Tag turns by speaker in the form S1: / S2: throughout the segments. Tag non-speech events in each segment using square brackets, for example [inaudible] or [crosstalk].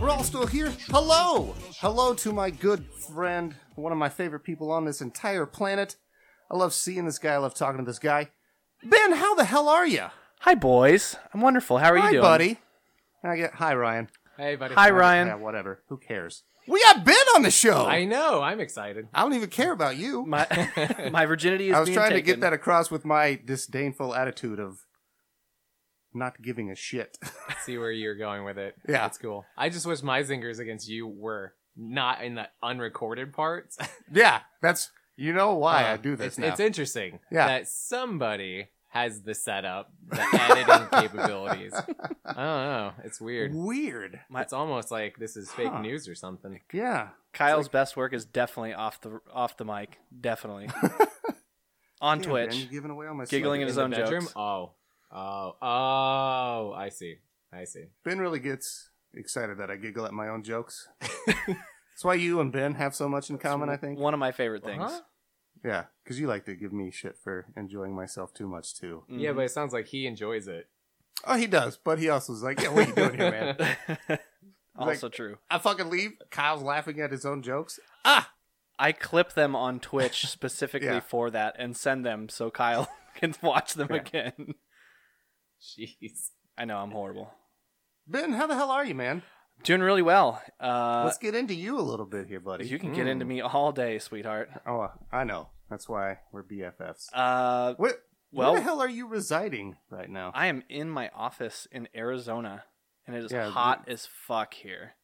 S1: We're all still here. Hello! Hello to my good friend, one of my favorite people on this entire planet. I love seeing this guy, I love talking to this guy. Ben, how the hell are you?
S2: Hi, boys. I'm wonderful. How are you
S1: Hi,
S2: doing?
S1: buddy. And I get hi Ryan.
S3: Hey, buddy.
S2: Hi, Ryan.
S1: Yeah, whatever. Who cares? We got Ben on the show.
S3: I
S1: I,
S3: know.
S1: [laughs]
S3: I'm excited. [laughs]
S1: don't even care about you. [laughs]
S2: My, my virginity is
S1: I was
S2: being
S1: trying to
S2: taken.
S1: get that across with my disdainful attitude of not giving a shit. [laughs]
S3: See where you're going with it.
S1: Yeah.
S3: That's cool. I just wish my zingers against you were not in the unrecorded parts.
S1: yeah, that's you know why
S2: Uh,
S3: [laughs]
S1: I do this
S3: it's,
S1: now.
S3: it's interesting
S1: Yeah.
S3: that somebody has the setup, the
S1: [laughs]
S3: editing capabilities. I don't know. It's weird.
S1: weird.
S3: It's almost like this is fake
S1: Huh.
S3: news or something.
S1: Yeah.
S2: Kyle's best work is definitely off the off the mic.
S1: [laughs]
S2: Definitely on
S1: Damn, Ben,
S2: Twitch.
S1: you're giving away all my
S2: Giggling
S1: secrets.
S2: his
S3: In the
S2: own
S3: bedroom?
S2: jokes.
S3: Oh. Oh. Oh. I see. I see.
S1: Ben really gets excited that I giggle at my own jokes. [laughs] That's why you and Ben have so much in common, I think.
S2: One of my favorite things.
S3: Uh-huh.
S1: Yeah, because you like to give me shit for enjoying myself too much, too.
S2: Mhm.
S3: Yeah, but it sounds like he enjoys it.
S1: Oh, he does, but he also is like, yeah, what are you doing here,
S2: [laughs]
S1: man?
S2: also true.
S1: I fucking leave. Kyle's laughing at his own jokes. Ah!
S2: I clip them on
S1: [laughs]
S2: Twitch specifically
S1: Yeah.
S2: for that and send them so Kyle [laughs] can watch them
S3: Yeah.
S2: again.
S3: [laughs] Jeez.
S2: I know I'm horrible.
S1: Ben, how the hell are you, man?
S2: Doing really well. Uh,
S1: Let's get into you a little bit here, buddy. Mm.
S2: you can get into me all day, sweetheart.
S1: Oh, I know. That's why we're BFFs.
S2: Uh,
S1: Where,
S2: well-
S1: where the hell are you residing right now?
S2: I am in my office in Arizona, and it is
S1: Yeah,
S2: hot as fuck here.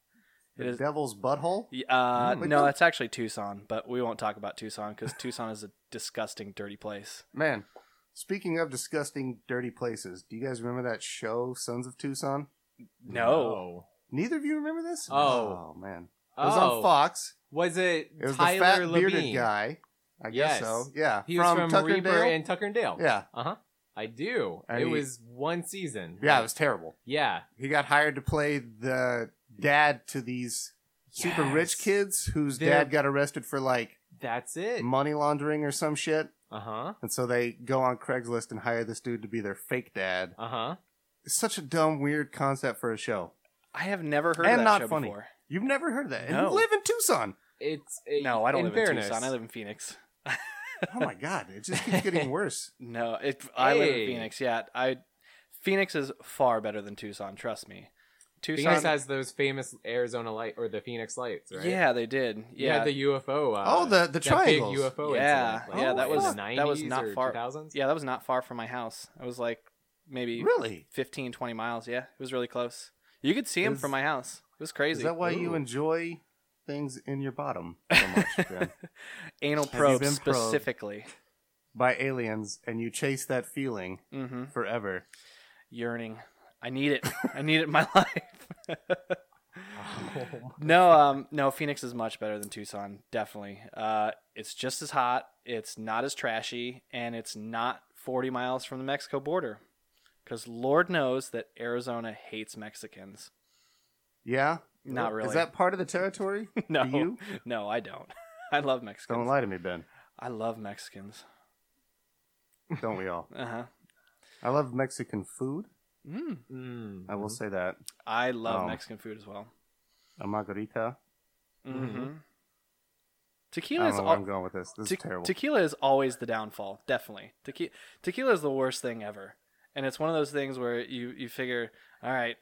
S2: It
S1: the
S2: is.
S1: devil's butthole?
S2: Y- Uh,
S1: Mm.
S2: no, that's actually Tucson, but we won't talk about Tucson because Tucson is a disgusting, dirty place.
S1: Man, speaking of disgusting, dirty places, do you guys remember that show, Sons of Tucson?
S2: No.
S1: Neither of you remember this?
S3: Oh.
S1: Oh, man. It
S3: Oh.
S1: was on Fox.
S3: Was it,
S1: It was
S3: Tyler
S1: the fat
S3: Levine?
S1: bearded guy. I guess
S3: Yes.
S1: so. Yeah.
S3: He was from,
S1: Tucker and
S3: Reaper
S1: Dale?
S3: and Tucker and Dale.
S1: Yeah.
S3: Uh huh. I do.
S1: And
S3: it
S1: he-
S3: was one season.
S1: Yeah, it was terrible.
S3: Yeah.
S1: He got hired to play the dad to these super rich
S3: Yes.
S1: kids whose
S3: They're-
S1: dad got arrested for like
S3: That's it.
S1: money laundering or some shit.
S3: Uh huh.
S1: And so they go on Craigslist and hire this dude to be their fake dad.
S3: Uh huh.
S1: It's such a dumb, weird concept for a show.
S2: I have never heard of
S1: And
S2: that
S1: not
S2: show
S1: funny.
S2: before.
S1: You've never heard of that. And
S2: No.
S1: you live in Tucson.
S3: It's it,
S2: No, I don't
S3: in
S2: live
S3: fairness,
S2: in Tucson. I live in Phoenix.
S1: Oh my god, it just keeps getting worse.
S2: No, it, I live
S3: Hey.
S2: in Phoenix. Yeah, I. Phoenix is far better than Tucson. Trust me. Tucson.
S3: Phoenix has those famous Arizona light or the Phoenix lights, right?
S2: Yeah, they did.
S3: Yeah,
S2: Yeah, yeah,
S3: the UFO. Uh,
S1: Oh, the- the
S3: that big
S1: triangles.
S3: UFO.
S2: Yeah,
S3: incident,
S1: yeah, that
S3: in
S1: was-
S3: the
S2: that was
S3: 90s
S2: not
S3: or
S2: far-
S3: 2000s.
S2: that was not far from my house. I was like maybe
S1: Really?
S2: 15, 20 miles. Yeah, it was really close. You could see him
S1: Is-
S2: from my house. It was
S1: Is
S2: crazy.
S1: that why you
S3: Ooh.
S1: enjoy things in your bottom so much, Ben?
S2: Anal
S1: you
S2: probe
S1: been probed?
S2: specifically.
S1: By aliens, and you chase that feeling
S2: Mm-hmm.
S1: forever.
S2: yearning. I need it. I need
S1: [laughs]
S2: it in my life. no, um, no. Phoenix is much better than Tucson, definitely. Uh, it's just as hot. It's not as trashy, and it's not 40 miles from the Mexico border, because Lord knows that Arizona hates Mexicans.
S1: Yeah?
S2: Not really.
S1: Is that part of the territory?
S2: no,
S1: Do you?
S2: no, I don't. [laughs] I love Mexicans.
S1: Don't lie to me, Ben.
S2: I love Mexicans.
S1: Don't we all?
S2: Uh huh.
S1: I love Mexican food.
S2: Mm.
S3: Mm.
S1: I will say that.
S2: I love
S1: Um,
S2: Mexican food as well.
S1: A margarita.
S2: hmm
S1: I
S2: Tequila
S1: don't
S2: is
S1: know
S2: all,
S1: where I'm going with this. This
S2: Te-
S1: is terrible.
S2: Tequila is always the downfall, definitely. Tequila, tequila is the worst thing ever, and it's one of those things where you you figure, all right,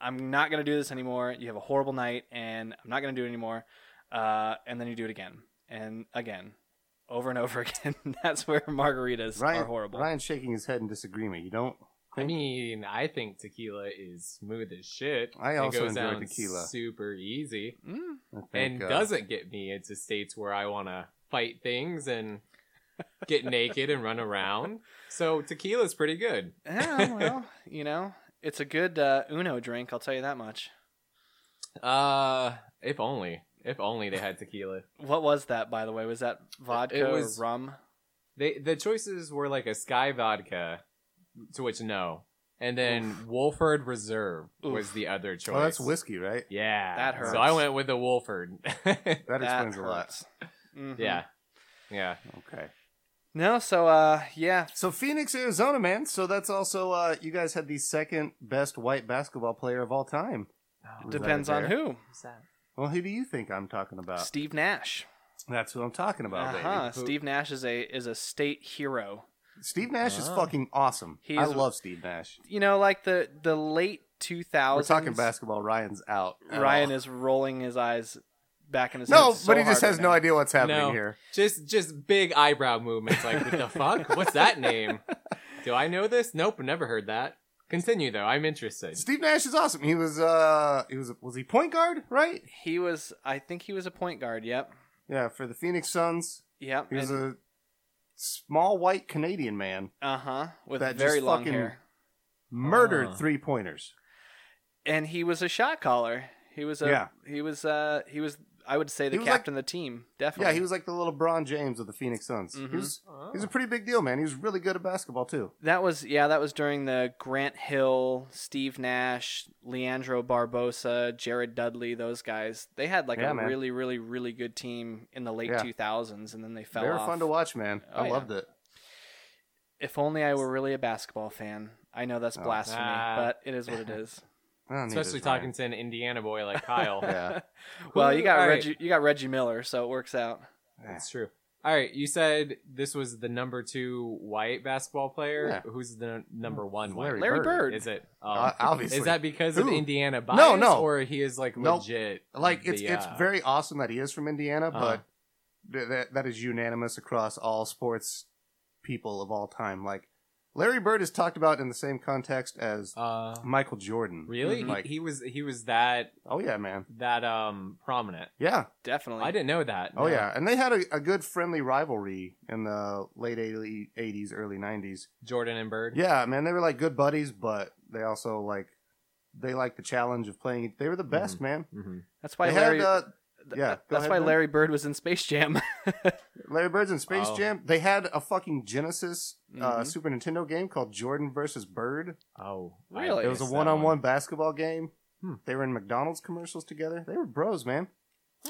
S2: I'm not gonna do this anymore. You have a horrible night, and I'm not gonna do it anymore, uh, and then you do it again and again, over and over [laughs] again. That's where margaritas
S1: Ryan,
S2: are horrible.
S1: Ryan's shaking his head in disagreement. You don't.
S3: I mean, I think tequila is smooth as shit.
S1: I
S3: It
S1: also
S3: goes
S1: enjoy
S3: down
S1: tequila.
S3: Super easy.
S2: Mm.
S1: I think,
S3: and
S1: uh,
S3: doesn't get me into states where I want to fight things and get naked and run around. So tequila's pretty good.
S1: [laughs]
S2: Yeah, well, you know, it's a good uh, Uno drink. I'll tell you that much.
S3: Uh, if only, if only they had tequila.
S2: What was that, by the way? Was that vodka
S3: was-
S2: or rum?
S3: They the choices were like a Sky Vodka, to which no, and then Wolford Reserve was
S2: Oof.
S3: the other choice.
S1: Well, Oh, that's whiskey,
S3: [laughs]
S1: right?
S3: Yeah,
S2: That
S3: So I
S2: hurts.
S3: went with the Wolford. [laughs]
S1: That,
S2: That
S1: explains a lot.
S2: hurts. Mhm.
S3: yeah, yeah.
S1: Okay.
S2: No, so uh, yeah,
S1: So Phoenix, Arizona, man. So that's also uh, you guys had the second best white basketball player of all time.
S3: Oh,
S1: Was that
S2: depends
S1: it
S2: on
S1: there? Uh,
S2: who.
S3: who's that?
S1: Well, who do you think I'm talking about?
S2: Steve Nash.
S1: That's who I'm talking about,
S2: Uh-huh.
S1: baby.
S2: Steve Nash is a is a state hero.
S1: Steve Nash is
S3: Ah.
S1: fucking awesome.
S2: Uh-huh. He
S1: I
S2: is-
S1: love Steve Nash.
S2: You know, like the the late two
S1: We're
S2: thousands.
S1: talking basketball. Ryan's out. at
S2: Ryan
S1: all.
S2: is rolling his eyes back in his
S1: no,
S2: head so
S1: but he just
S2: hard
S1: has
S2: right
S1: no
S2: now.
S1: idea what's happening
S3: No.
S1: here.
S3: Just just big eyebrow movements like what the fuck? What's that name? Do I know this? Nope, never heard that. Continue though, I'm interested.
S1: Steve Nash is awesome. He was uh he was was he point guard, right?
S2: He was, I think, he was a point guard. Yep,
S1: Yeah, for the Phoenix Suns.
S2: yep.
S1: He was a small white Canadian man.
S2: Uh huh. With
S1: that
S2: very
S1: just
S2: long
S1: fucking-
S2: hair,
S1: Murdered
S2: Uh.
S3: Ah.
S1: three pointers.
S2: and he was a shot caller. He was a.
S1: Yeah.
S2: He was. Uh. He was. I would say the
S1: He was like-
S2: captain of the team. Definitely.
S1: Yeah, he was like the little Bron James of the Phoenix Suns.
S2: Mhm.
S1: He was he was a pretty big deal, man. He was really good at basketball too.
S2: That was yeah. That was during the Grant Hill, Steve Nash, Leandro Barbosa, Jared Dudley. Those guys. They had like
S1: Yeah,
S2: a
S1: man.
S2: really, really, really good team in the late
S1: Yeah.
S2: two thousands, and then they fell
S1: they were
S2: off.
S1: fun to watch, man.
S2: Oh,
S1: I
S2: yeah.
S1: loved it.
S2: If only I were really a basketball fan. I know that's
S1: Oh.
S2: blasphemy,
S3: Ah.
S2: but it is
S1: [laughs]
S2: what it is.
S1: I don't need
S3: Especially
S1: this, Ryan.
S3: talking to an Indiana boy like Kyle.
S1: [laughs]
S3: [laughs]
S1: Yeah.
S2: well, you got
S3: All right.
S2: Reggie. You got Reggie Miller, so it works out.
S3: That's true. All right, you said this was the number two white basketball player.
S1: Yeah.
S3: Who's the n- number one white?
S1: Larry
S2: Larry
S1: Bird.
S2: Bird.
S3: Is it? Um,
S1: Uh, obviously,
S3: is that because of
S1: Who?
S3: Indiana bias?
S1: No, no.
S3: Or he is like
S1: Nope.
S3: legit.
S1: like it's
S3: the,
S1: it's
S3: uh,
S1: very awesome that he is from Indiana,
S3: Uh-huh.
S1: but th- that that is unanimous across all sports people of all time. Like Larry Bird is talked about in the same context as
S3: Uh,
S1: Michael Jordan.
S3: really?
S2: Mhm.
S3: He-
S1: Mm-hmm. Like-
S3: he was he was that
S1: Oh yeah, man.
S3: that um prominent.
S1: Yeah.
S2: Definitely.
S3: I didn't know that.
S1: Oh
S3: no.
S1: yeah, and they had a, a good friendly rivalry in the late eighties, early nineties.
S3: Jordan and Bird.
S1: Yeah, man, they were like good buddies, but they also like they liked the challenge of playing. e, They were the best, man.
S3: Mm-hmm.
S2: That's why
S1: They
S2: Larry.
S1: had uh,
S2: th-
S1: yeah,
S2: th-
S1: go
S2: that's
S1: ahead,
S2: why
S1: Ben.
S2: Larry Bird was in Space Jam.
S1: Larry Bird's in Space
S3: Oh. Mm-hmm.
S1: Jam. They had a fucking Genesis uh,
S2: Mhm.
S1: Super Nintendo game called Jordan versus Bird.
S3: Oh,
S2: Really?
S1: It was a
S3: missed that
S1: one-on-one basketball game.
S3: Hmm.
S1: They were in McDonald's commercials together. They were bros, man,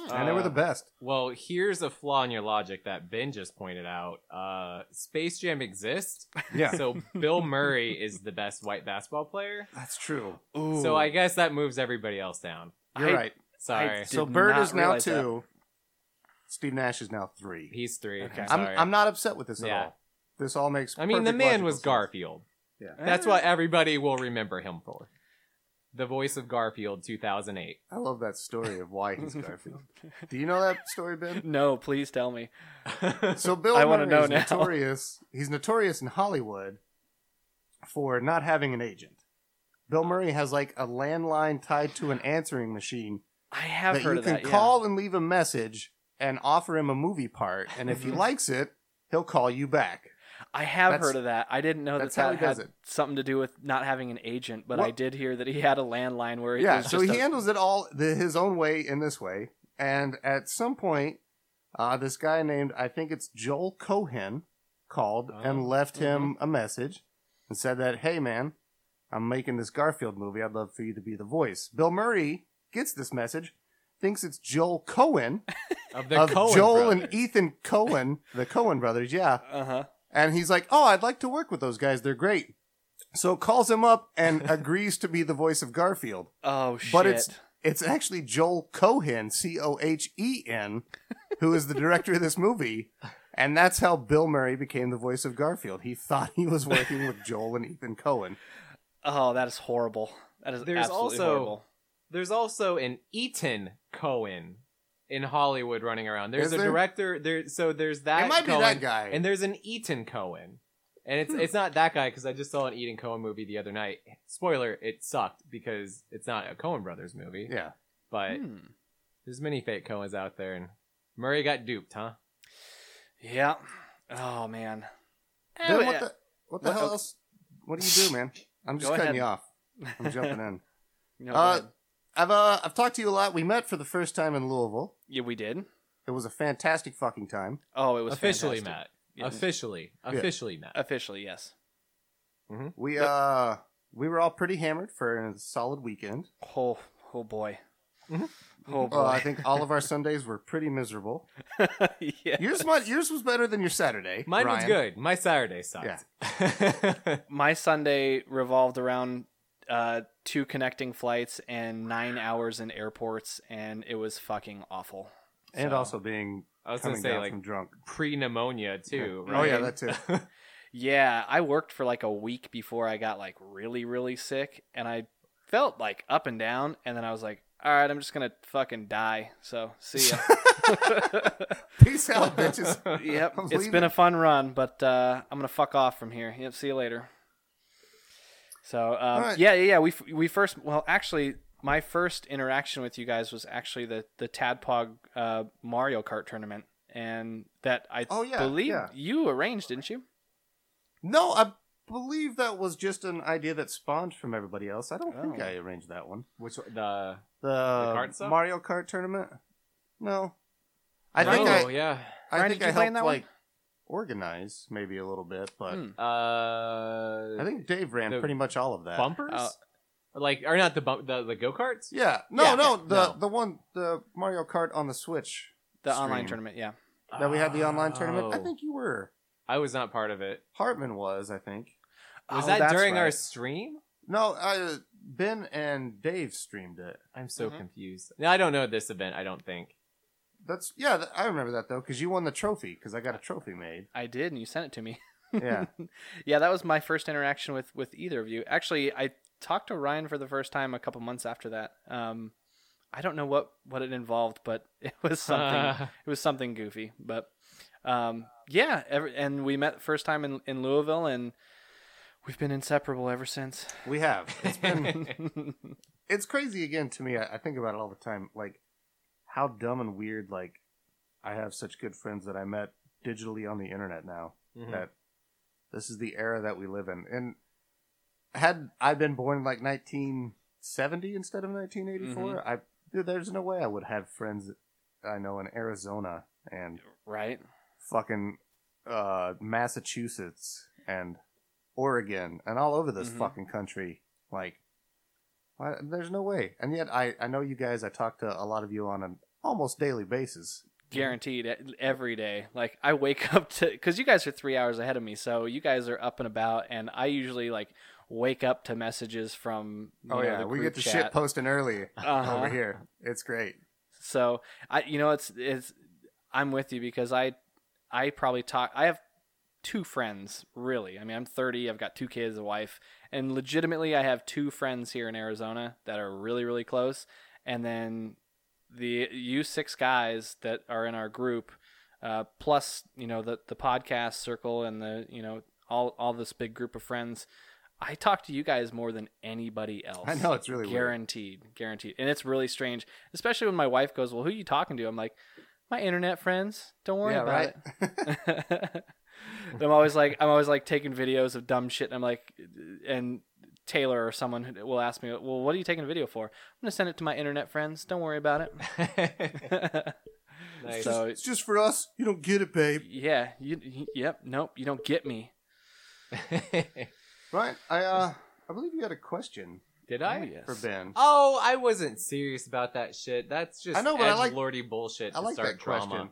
S1: and they
S3: Uh,
S1: were the
S3: [laughs]
S1: best.
S3: Well, here's a flaw in your logic that Ben just pointed out. Uh, Space Jam exists,
S1: Yeah, [laughs]
S3: so Bill Murray is the best white basketball player.
S1: that's true.
S3: So I guess that moves everybody else down.
S1: You're
S2: I-
S1: right.
S3: Sorry,
S2: did
S1: So Bird
S2: not
S1: is now
S2: realize that.
S1: two. Steve Nash is now three.
S3: he's three.
S2: Okay.
S3: I'm
S1: I'm,
S3: sorry.
S1: I'm not upset with this at
S3: Yeah.
S1: all. This all makes.
S3: I mean, the
S1: perfect
S3: man
S1: logical
S3: was
S1: sense.
S3: Garfield.
S2: Eh,
S3: That's [laughs] what everybody will remember him for. The voice of Garfield, 2008.
S1: I love that story of why he's
S2: [laughs]
S1: Garfield. Do you know that story, Ben?
S2: No, please tell me.
S1: So Bill
S2: [laughs] I wanna
S1: Murray
S2: know
S1: is
S2: now.
S1: notorious. He's notorious in Hollywood for not having an agent. Bill Murray has like a landline tied to an answering machine
S2: I have
S1: that
S2: heard
S1: you
S2: of
S1: can
S2: that. yeah.
S1: call and leave a message and offer him a movie part, and
S2: [laughs]
S1: if he
S2: Mhm.
S1: likes it, he'll call you back.
S2: I have
S1: That's-
S2: heard of that. I didn't know that
S1: that's how
S2: that
S1: he does
S2: had
S1: it.
S2: something to do with not having an agent, but I
S1: Well-
S2: did hear that he had a landline where it
S1: yeah
S2: was
S1: so
S2: just
S1: he
S2: a-
S1: handles it all the, his own way in this way and at some point uh, this guy named i think it's joel cohen called
S3: Oh,
S1: and left him a message and said that hey man i'm making this garfield movie i'd love for you to be the voice bill murray gets this message thinks it's joel cohen
S3: Of the
S1: of
S3: Coen
S1: joel
S3: brothers.
S1: and ethan cohen the cohen brothers yeah
S2: uh-huh.
S1: and he's like, "Oh, I'd like to work with those guys. They're great." So calls him up
S2: [laughs]
S1: and agrees to be the voice of Garfield.
S2: Oh shit.
S1: But it's- It's actually Joel Cohen, C O H E N, who is the director of this movie, and that's how Bill Murray became the voice of Garfield. He thought he was working with Joel and Ethan Cohen.
S2: Oh, that is horrible. That is
S3: There's
S2: absolutely
S3: also-
S2: horrible.
S3: There's also an Eaton Cohen in Hollywood running around. There's
S1: Is
S3: a
S1: there?
S3: director there, so there's that.
S1: it might
S3: Cohen,
S1: be that guy.
S3: And there's an Eaton Cohen, and
S2: Hmm.
S3: it's it's not that guy because I just saw an Eaton Cohen movie the other night. Spoiler: it sucked because it's not a Cohen brothers movie.
S1: yeah,
S3: But
S2: Hmm.
S3: there's many fake Cohens out there, and Murray got duped, huh?
S2: Yeah. Oh man.
S1: Then
S2: Oh,
S1: what
S2: yeah.
S1: the what the
S2: What-
S1: hell else? What do you do, man? I'm just
S2: Go
S1: cutting
S2: ahead.
S1: you off.
S2: [laughs]
S1: I'm jumping in.
S2: No, go
S1: Uh,
S2: ahead.
S1: I've uh, I've talked to you a lot. We met for the first time in Louisville.
S2: yeah, we did.
S1: It was a fantastic fucking time.
S2: Oh, it was
S3: Officially
S2: fantastic.
S3: Matt.
S2: Yeah.
S3: Officially, officially Matt.
S1: Uh,
S2: Officially, yes.
S1: We uh we were all pretty hammered for a solid weekend.
S2: Oh, oh boy. Oh boy.
S1: Well, I think all of
S2: [laughs]
S1: our Sundays were pretty miserable.
S2: yeah.
S1: Yours, mu- yours was better than your Saturday.
S3: Mine was
S1: Ryan.
S3: good. My Saturday sucked.
S2: My Sunday revolved around uh, two connecting flights and nine hours in airports, and it was fucking awful.
S1: and
S2: So-
S1: also being
S3: [laughs] I was gonna
S1: coming
S3: say
S1: down
S3: like
S1: from drunk.
S3: pre pneumonia too. Right?
S1: Oh yeah, that too.
S3: [laughs]
S2: Yeah, I worked for like a week before I got like really, really sick, and I felt like up and down, and then I was like, all right, I'm just gonna fucking die. So see ya.
S1: Peace out, bitches.
S2: yep,
S1: I'm
S2: it's
S1: leaving.
S2: been a fun run, but uh, I'm gonna fuck off from here. Yep, see you later. So uh,
S1: right.
S2: yeah, yeah, yeah. We f- we first well actually my first interaction with you guys was actually the the Tadpog uh, Mario Kart tournament, and that I
S1: Oh, yeah,
S2: believe
S1: yeah.
S2: you arranged, didn't you?
S1: No, I believe that was just an idea that spawned from everybody else. I don't think
S2: Oh.
S1: I arranged that one.
S3: Which the
S1: The,
S3: kart stuff?
S1: Mario Kart tournament? No. I think
S3: no,
S1: I,
S3: yeah.
S1: I
S2: Ryan,
S1: think
S2: did
S1: I
S2: you play in
S1: helped
S2: that one?
S1: like organize maybe a little bit, but
S2: Hmm.
S3: Uh,
S1: I think Dave ran
S3: The
S1: pretty much all of that.
S3: bumpers,
S2: Uh,
S3: Or like or not the bump the, the go karts.
S1: Yeah. No,
S3: Yeah.
S1: no, the
S3: No.
S1: the one the Mario Kart on the Switch
S2: The online
S1: stream
S2: tournament, yeah.
S1: that we had the online tournament. I
S3: Oh.
S1: think you were.
S3: I was not part of it.
S1: Hartman was, I think.
S3: Was
S2: Oh,
S3: that
S2: that's
S3: during our
S2: right.
S3: stream?
S1: No, I, uh, Ben and Dave streamed it.
S3: I'm so
S1: Mm-hmm.
S2: Mhm.
S3: confused. No, I don't know this event. I don't think.
S1: That's yeah, th- I remember that though cuz you won the trophy cuz I got a trophy made.
S2: I did, and you sent it to me.
S1: Yeah.
S2: [laughs] yeah, that was my first interaction with with either of you. Actually, I talked to Ryan for the first time a couple months after that. Um, I don't know what what it involved, but [laughs] it was
S3: Uh,
S2: something
S3: [laughs]
S2: it was something goofy. But um, yeah, every, and we met first time in in Louisville, and we've been inseparable ever since. [laughs]
S1: we have. It's been
S2: yeah,
S1: it's crazy again to me. I, I think about it all the time, like how dumb and weird. Like I have such good friends that I met digitally on the internet now. [laughs]
S3: Mhm.
S2: Mm-hmm.
S1: That this is the era that we live in. And had I been born in, like 1970 instead of 1984,
S2: Mm-hmm.
S1: I dude, there's no way I would have friends I know in Arizona and
S2: right.
S1: fucking uh, Massachusetts and Oregon and all over this
S2: Mhm.
S1: fucking country. Like, why, there's no way. And yet, I, I know you guys. I talk to a lot of you on an almost daily basis.
S2: guaranteed e- every day like i wake [laughs] up to because you guys are three hours ahead of me so you guys are up and about and i usually like wake up to messages from you
S1: Oh
S2: know,
S1: yeah,
S2: the
S1: we get
S2: group
S1: to
S2: chat.
S1: shit posting early
S2: Uh-huh.
S1: over here. It's great.
S2: so i you know it's it's i'm with you because i i probably talk i have two friends really i mean i'm 30 i've got two kids a wife and legitimately i have two friends here in arizona that are really really close and then the you six guys that are in our group uh, plus you know the the podcast circle and the you know all all this big group of friends i talk to you guys more than anybody else
S1: I know it's really weird.
S2: guaranteed guaranteed and it's really strange especially when my wife goes well who are you talking to i'm like my internet friends don't worry
S1: yeah,
S2: about
S1: [laughs] right.
S2: it [laughs] I'm always like I'm always like taking videos of dumb shit and I'm like and Taylor or someone who- will ask me, "Well, what are you taking a video for?" I'm going to send it to my internet friends. Don't worry
S1: [laughs]
S2: about it. [laughs]
S3: nice.
S2: So-
S1: it's just for us. You don't get it, babe.
S2: yeah, you, you- yep, nope, you don't get me.
S1: Right? I uh, I believe you had a question
S3: [laughs] Did I?
S2: Oh, yes.
S1: for Ben.
S3: Oh, I wasn't serious about that shit. That's just
S1: I know, but I like-
S3: lordy bullshit to
S1: I like
S3: start
S1: that
S3: drama.
S1: question.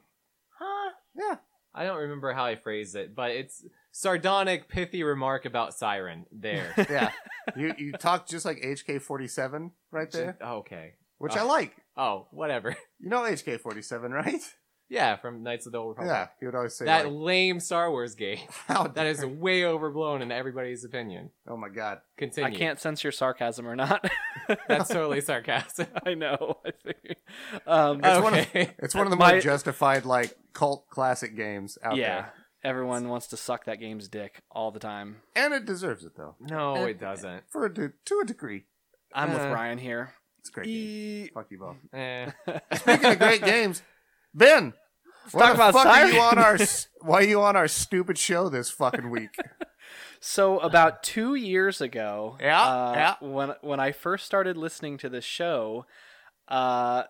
S3: Huh?
S1: Yeah.
S3: I don't remember how I phrased it, but it's sardonic, pithy remark about siren.
S1: [laughs]
S3: There.
S1: Yeah, you you talked just like HK47 right there,
S3: okay.
S1: which
S3: Oh.
S1: I like.
S3: Oh, whatever. [laughs]
S1: You know HK47, right?
S3: Yeah, from Knights of the Old Republic.
S1: Yeah, he would always say
S3: that
S1: like, Oh,
S3: lame Star Wars game.
S1: [laughs] How
S3: That is
S1: dare-
S3: way overblown in everybody's opinion.
S1: Oh my god.
S3: Continue.
S2: I can't sense your sarcasm or not.
S3: [laughs]
S2: [laughs]
S3: That's totally sarcasm.
S2: I know. [laughs] I figured. Um,
S1: [laughs] It's one of-
S3: okay. [laughs]
S1: It's one of the
S2: My-
S1: more justified like cult classic games out
S2: yeah,
S1: there.
S2: everyone wants to suck that game's dick all the time.
S1: And it deserves it though.
S3: No, it doesn't.
S1: For a de- to a degree.
S2: I'm with
S3: Uh,
S2: Ryan here.
S1: It's a great.
S2: E
S1: Game.
S2: [laughs]
S1: Fuck you both.
S3: Eh.
S1: Speaking of great games, Ben, why
S2: talk
S1: the
S2: about
S1: fuck are you on
S2: Siren.
S1: our s- why are you on our stupid show this fucking week?
S2: [laughs] So about two years ago,
S1: Yeah,
S2: uh, when when I first started listening to this show, uh,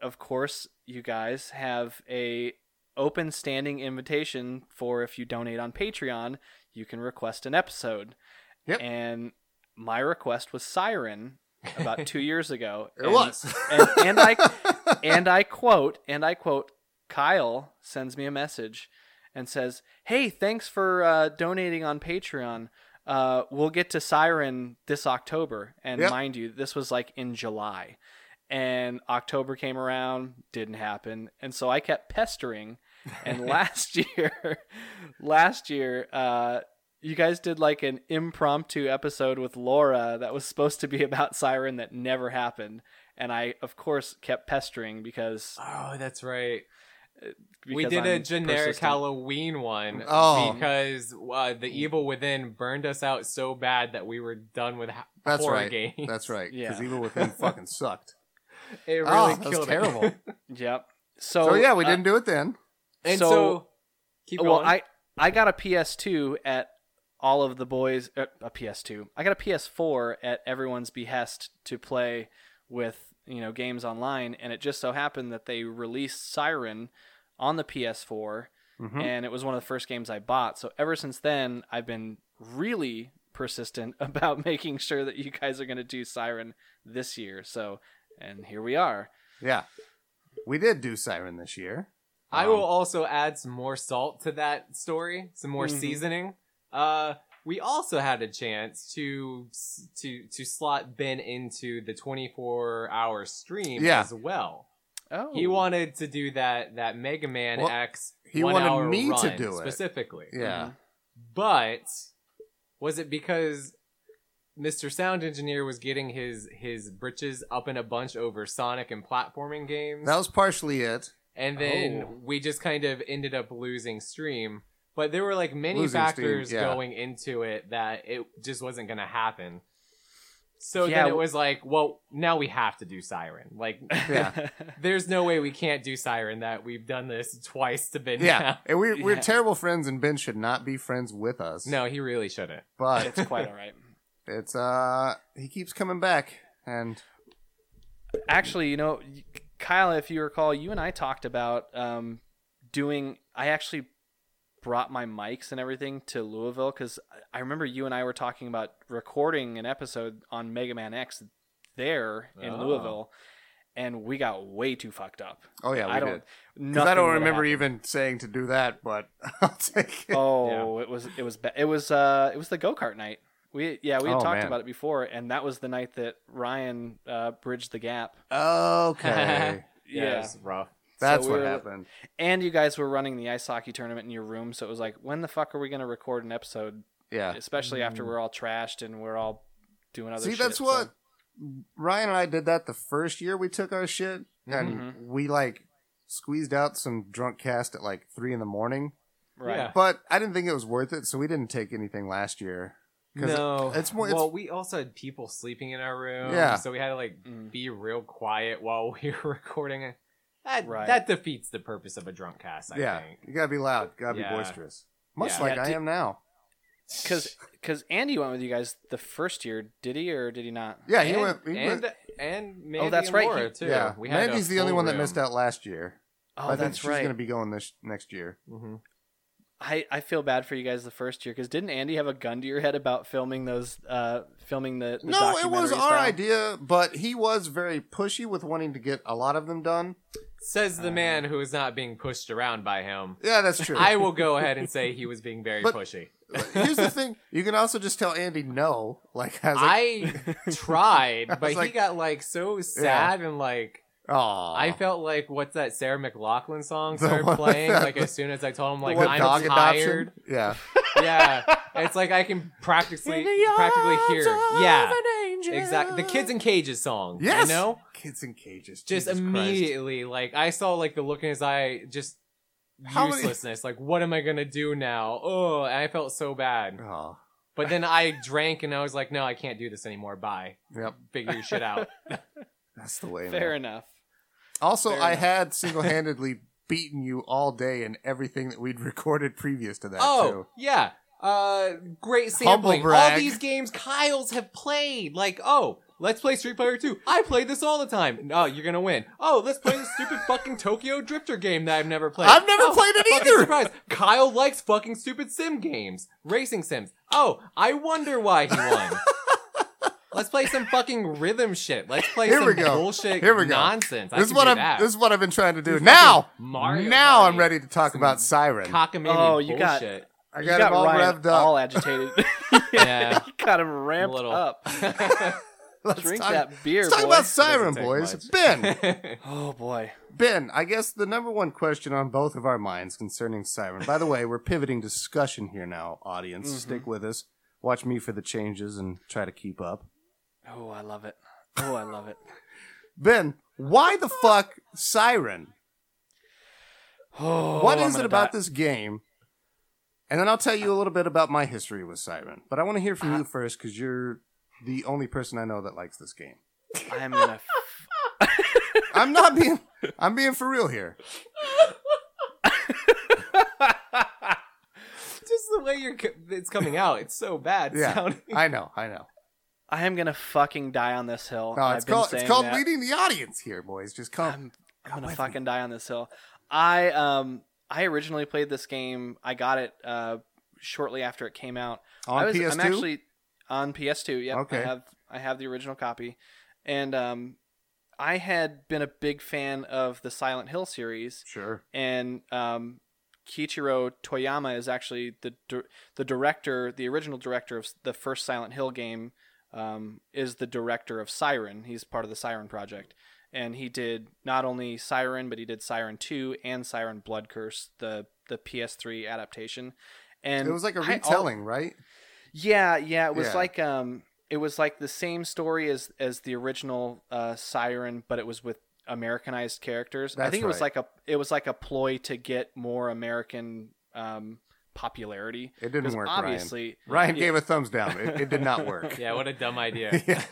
S2: of course you guys have a open standing invitation for if you donate on Patreon, you can request an episode.
S1: Yep.
S2: And my request was Siren,
S1: [laughs]
S2: about two years ago.
S1: It
S2: and- [laughs]
S1: was. [laughs]
S2: and, and I and I quote and I quote Kyle sends me a message and says, "Hey, thanks for uh, donating on Patreon. Uh, we'll get to Siren this October." And
S1: Yep.
S2: mind you, this was like in July, and October came around, didn't happen, and so I kept pestering. And last year, last year, uh, you guys did like an impromptu episode with Laura that was supposed to be about Siren that never happened. And I, of course, kept pestering because,
S3: Oh, that's right.
S2: because
S3: we did a
S2: I'm
S3: generic
S2: persistent. Mm.
S3: Halloween one
S1: Oh.
S3: because uh, the Evil Within burned us out so bad that we were done with ha-
S1: That's
S3: horror
S1: right.
S3: games.
S1: That's right. Because
S2: Yeah.
S1: Evil Within
S2: [laughs]
S1: fucking sucked.
S3: [laughs] It really
S1: Oh, that was
S3: killed it.
S1: terrible.
S2: Yep. So,
S1: So yeah, we
S2: uh,
S1: didn't do it then.
S3: [laughs] and
S2: So-
S3: so, keep
S2: well,
S3: going.
S2: I I got a PS2 at all of the boys uh, a PS2. I got a PS4 at everyone's behest to play with you know games online, and it just so happened that they released Siren on the PS4,
S1: Mhm.
S2: and it was one of the first games I bought. So ever since then, I've been really persistent [laughs] about making sure that you guys are going to do Siren this year. So, and here we are.
S1: Yeah. We did do Siren this year.
S3: I
S1: Um,
S3: will also add some more salt to that story, some more
S1: Mm-hmm.
S2: Mhm.
S3: seasoning. Uh, we also had a chance to s- to to slot Ben into the 24 hour stream
S1: Yeah.
S3: as well.
S2: Oh,
S3: He wanted to do that that Mega Man
S1: Well,
S3: X.
S1: he
S3: one
S1: wanted
S3: hour
S1: me to
S3: run
S1: do it.
S3: specifically.
S1: Yeah.
S3: But was it because Mr. Sound Engineer was getting his his britches up in a bunch over Sonic and platforming games?
S1: That was partially
S2: [laughs]
S1: it.
S3: and then
S2: Oh.
S3: we just kind of ended up losing stream. But there were like many
S1: Losing
S3: factors
S1: stream, yeah.
S3: going into it that it just wasn't going to happen. So
S2: Yeah,
S3: then it
S2: w-
S3: was like, well, now we have to do Siren. Like,
S1: [laughs]
S2: [laughs]
S1: Yeah.
S3: there's no way we can't do Siren. That we've done this twice to Ben.
S1: Yeah. And we're, we're
S2: Yeah.
S1: terrible friends, and Ben should not be friends with us.
S3: now. no, he really shouldn't.
S1: But
S2: it's quite all right.
S1: it's, uh, he keeps coming back. And
S2: actually, you know, Kyle, if you recall, you and I talked about um, doing. I actually brought my mics and everything to Louisville because I remember you and I were talking about recording an episode on Mega Man X there in
S3: Oh.
S2: Louisville, and we got way too fucked up.
S1: oh, yeah, we
S2: I
S1: did.
S2: don't.
S1: 'Cause I
S2: nothing
S1: don't
S2: would
S1: remember
S2: happen.
S1: even saying to do that, but [laughs] I'll take [laughs] it.
S2: Oh, it was it was ba- it was uh it was the go kart night. We yeah we had
S1: Oh,
S2: talked
S1: man.
S2: about it before, and that was the night that Ryan uh, bridged the gap. [laughs]
S1: Okay.
S3: Yeah, it's rough.
S1: That's
S2: So
S1: what
S2: Oh. we were-
S1: happened.
S2: and you guys were running the ice hockey tournament in your room so it was like when the fuck are we going to record an episode
S1: Yeah.
S2: especially after we're all trashed and we're all doing other
S1: Mm. See,
S2: shit,
S1: that's
S2: so-
S1: what Ryan and I did that the first year we took our shit, and
S3: Mm-hmm.
S1: we like squeezed out some drunk cast at like three in the morning.
S2: right
S3: Yeah.
S1: But I didn't think it was worth it, so we didn't take anything last year. 'Cause
S3: No,
S1: it's more- it's-
S3: well, we also had people sleeping in our room.
S1: Yeah.
S3: so we had to like
S2: Mm.
S3: be real quiet while [laughs] we were recording it. That,
S2: Right.
S3: that defeats the purpose of a drunk cast, I
S1: yeah,
S3: think.
S1: you gotta be loud, gotta
S3: Yeah.
S1: be boisterous, much
S3: Yeah.
S1: like
S2: Yeah,
S1: I
S2: did-
S1: am now.
S2: because because andy went with you guys the first year did he or did he not
S1: Yeah, he
S3: and,
S1: went. He
S3: and,
S1: went Oh,
S3: and Mandy
S2: that's
S3: and
S2: right,
S3: Laura,
S2: he-
S3: too.
S1: yeah,
S3: we had
S1: Mandy's
S3: a
S1: the only
S3: full
S1: one that
S3: room.
S1: missed out last year.
S2: oh
S1: I think
S2: that's
S1: she's
S2: right
S1: gonna be going this next year.
S3: Mhm.
S2: I, I feel bad for you guys the first year because didn't andy have a gun to your head about filming those uh filming the, the
S1: No, it was
S2: documentary
S1: our
S2: style?
S1: idea, but he was very pushy with wanting to get a lot of them done.
S3: Says
S1: Uh,
S3: the man who is not being pushed around by him.
S1: Yeah, that's true.
S3: I will go ahead and say he was being very
S1: But-
S3: pushy.
S1: Here's the thing: you can also just tell Andy no. Like I was like, [laughs]
S3: I tried,
S1: I
S3: but
S1: was like-
S3: he got like so sad and like
S1: "Aw,
S3: I felt like what's that Sarah McLaughlin song
S1: The
S3: started
S1: one
S3: playing?
S1: that-
S3: like as soon as I told him like
S1: The
S3: I'm
S1: dog
S3: tired.
S1: adoption. Yeah,
S3: yeah, it's like I can
S1: [laughs]
S3: practically practically hear. Yeah, exactly. The kids in cages song.
S1: yes,
S3: you know,
S1: kids in cages.
S3: just
S1: Jesus Christ.
S3: immediately like I saw like the look in his eye, just
S1: How many-
S3: uselessness. Like what am I gonna do now? Oh, and I felt so bad.
S1: Aw,
S3: But then I drank and I was like, no, I can't do this anymore. Bye.
S1: yep,
S3: Figure your shit out.
S1: that's the way.
S2: fair
S1: man.
S2: enough
S1: Also,
S2: fair
S1: I
S2: enough.
S3: [laughs]
S1: had single-handedly beaten you all day in everything that we'd recorded previous to that.
S3: Oh
S1: too.
S3: yeah, uh, great
S1: Humble
S3: sampling. All
S1: brag.
S3: these games Kyle's have played. Like oh, let's play Street Fighter Two. I play this all the time. No, you're gonna win. Oh, let's play this
S1: [laughs]
S3: stupid fucking Tokyo Drifter game that I've never played.
S1: I've never
S3: Oh,
S1: played it
S3: fucking
S1: either.
S3: Surprise! Kyle likes fucking
S1: [laughs]
S3: stupid sim games, racing sims. Oh, I wonder why he won. Let's play some fucking rhythm shit. Let's play
S1: Here
S3: some
S1: we go.
S3: bullshit
S1: Here we go.
S3: nonsense. I
S1: This is
S3: can
S1: what
S3: do
S1: I'm.
S3: that.
S1: This is what I've been trying to do. Now,
S3: Mario
S1: now
S3: Party.
S1: I'm ready to talk
S3: Some
S1: about Siren.
S3: cockamamie
S2: Oh, you
S1: [laughs]
S2: got-
S3: bullshit.
S1: I
S2: You
S1: got, him all
S2: Ryan
S1: revved up.
S2: all agitated. [laughs]
S3: Yeah.
S2: you got him ramped
S3: little.
S2: up.
S1: [laughs] Let's
S2: Drink
S1: talk,
S2: that beer,
S1: Let's talk
S2: boy.
S1: about Siren,
S3: take
S1: boys.
S3: much. [laughs]
S1: Ben,
S2: oh boy.
S1: Ben. I guess the number one question on both of our minds concerning Siren. By the way, we're pivoting discussion here now. Audience,
S2: Mhm.
S1: stick with us. Watch me for the changes and try to keep up.
S2: Oh, I love it. Oh, I
S1: [laughs]
S2: love it.
S1: Ben, why the fuck Siren?
S2: Oh,
S1: What
S2: I'm
S1: is it
S2: gonna
S1: about
S2: die.
S1: this game? And then I'll tell you a little bit about my history with Siren. But I want to hear
S2: Ah.
S1: from you first because you're the only person I know that likes this game.
S2: I'm gonna.
S1: I'm not being. I'm being for real
S2: [laughs]
S1: here.
S3: Just the way you're, co- it's coming out. It's so bad.
S1: Yeah.
S3: sounding.
S1: I know. I know.
S2: I am gonna fucking die on this hill.
S1: No,
S2: I've
S1: it's
S2: been
S1: called. It's
S2: saying
S1: called
S2: that.
S1: leading the audience here, boys. Just come.
S2: I'm, I'm gonna
S1: with
S2: fucking die on this hill. I um I originally played this game. I got it uh shortly after it came out.
S1: on
S2: I was,
S1: PS2.
S2: I'm actually on PS2. Yep.
S1: Okay.
S2: I have I have the original copy, and um, I had been a big fan of the Silent Hill series,
S1: sure.
S2: and um, Kiichiro Toyama is actually the dir- the director, the original director of s- the first Silent Hill game, um, is the director of Siren. He's part of the Siren project, and he did not only Siren, but he did Siren Two and Siren Blood Curse, the the PS3 adaptation. And
S1: It was like a
S2: I al-
S1: retelling, right?
S2: yeah, yeah, it was
S1: Yeah.
S2: like um, it was like the same story as as the original uh, Siren, but it was with Americanized characters. I
S1: That's
S2: think it was
S1: right.
S2: like a it was like a ploy to get more American um popularity.
S1: It didn't
S2: Because
S1: work.
S2: obviously,
S1: Ryan. Ryan
S2: Yeah.
S1: gave a thumbs down. It, it did
S2: [laughs]
S1: not work.
S3: [laughs] Yeah, what a dumb idea.
S1: [laughs] Yeah.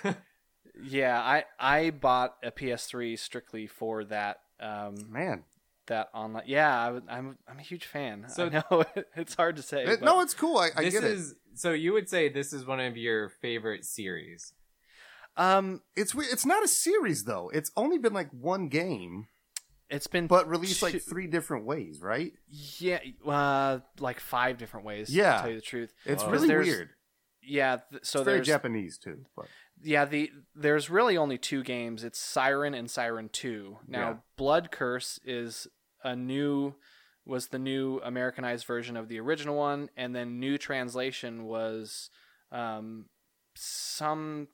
S2: yeah, I I bought a PS3 strictly for that um
S1: Man.
S2: that online. Yeah, I, am I'm I'm a huge fan.
S3: So-
S2: I know [laughs] it's hard to say.
S1: It-
S2: but-
S1: no, it's cool. I, I
S3: this
S1: get it.
S3: is so you would say this is one of your favorite series. [clears throat]
S2: um,
S1: It's weird. It's not a series though. It's only been like one game,
S2: it's been
S1: but released like
S2: Two-
S1: three different ways, right?
S2: yeah, uh, like five different ways.
S1: Yeah.
S2: to tell you the truth.
S1: It's
S3: Wow.
S1: really
S2: There's-
S1: weird.
S2: Yeah, th- so
S1: it's very
S2: there's
S1: Japanese too. But
S2: yeah the there's really only two games. It's Siren and Siren Two. Now
S1: Yeah.
S2: Blood Curse is a new was the new Americanized version of the original one, and then new translation was um, some.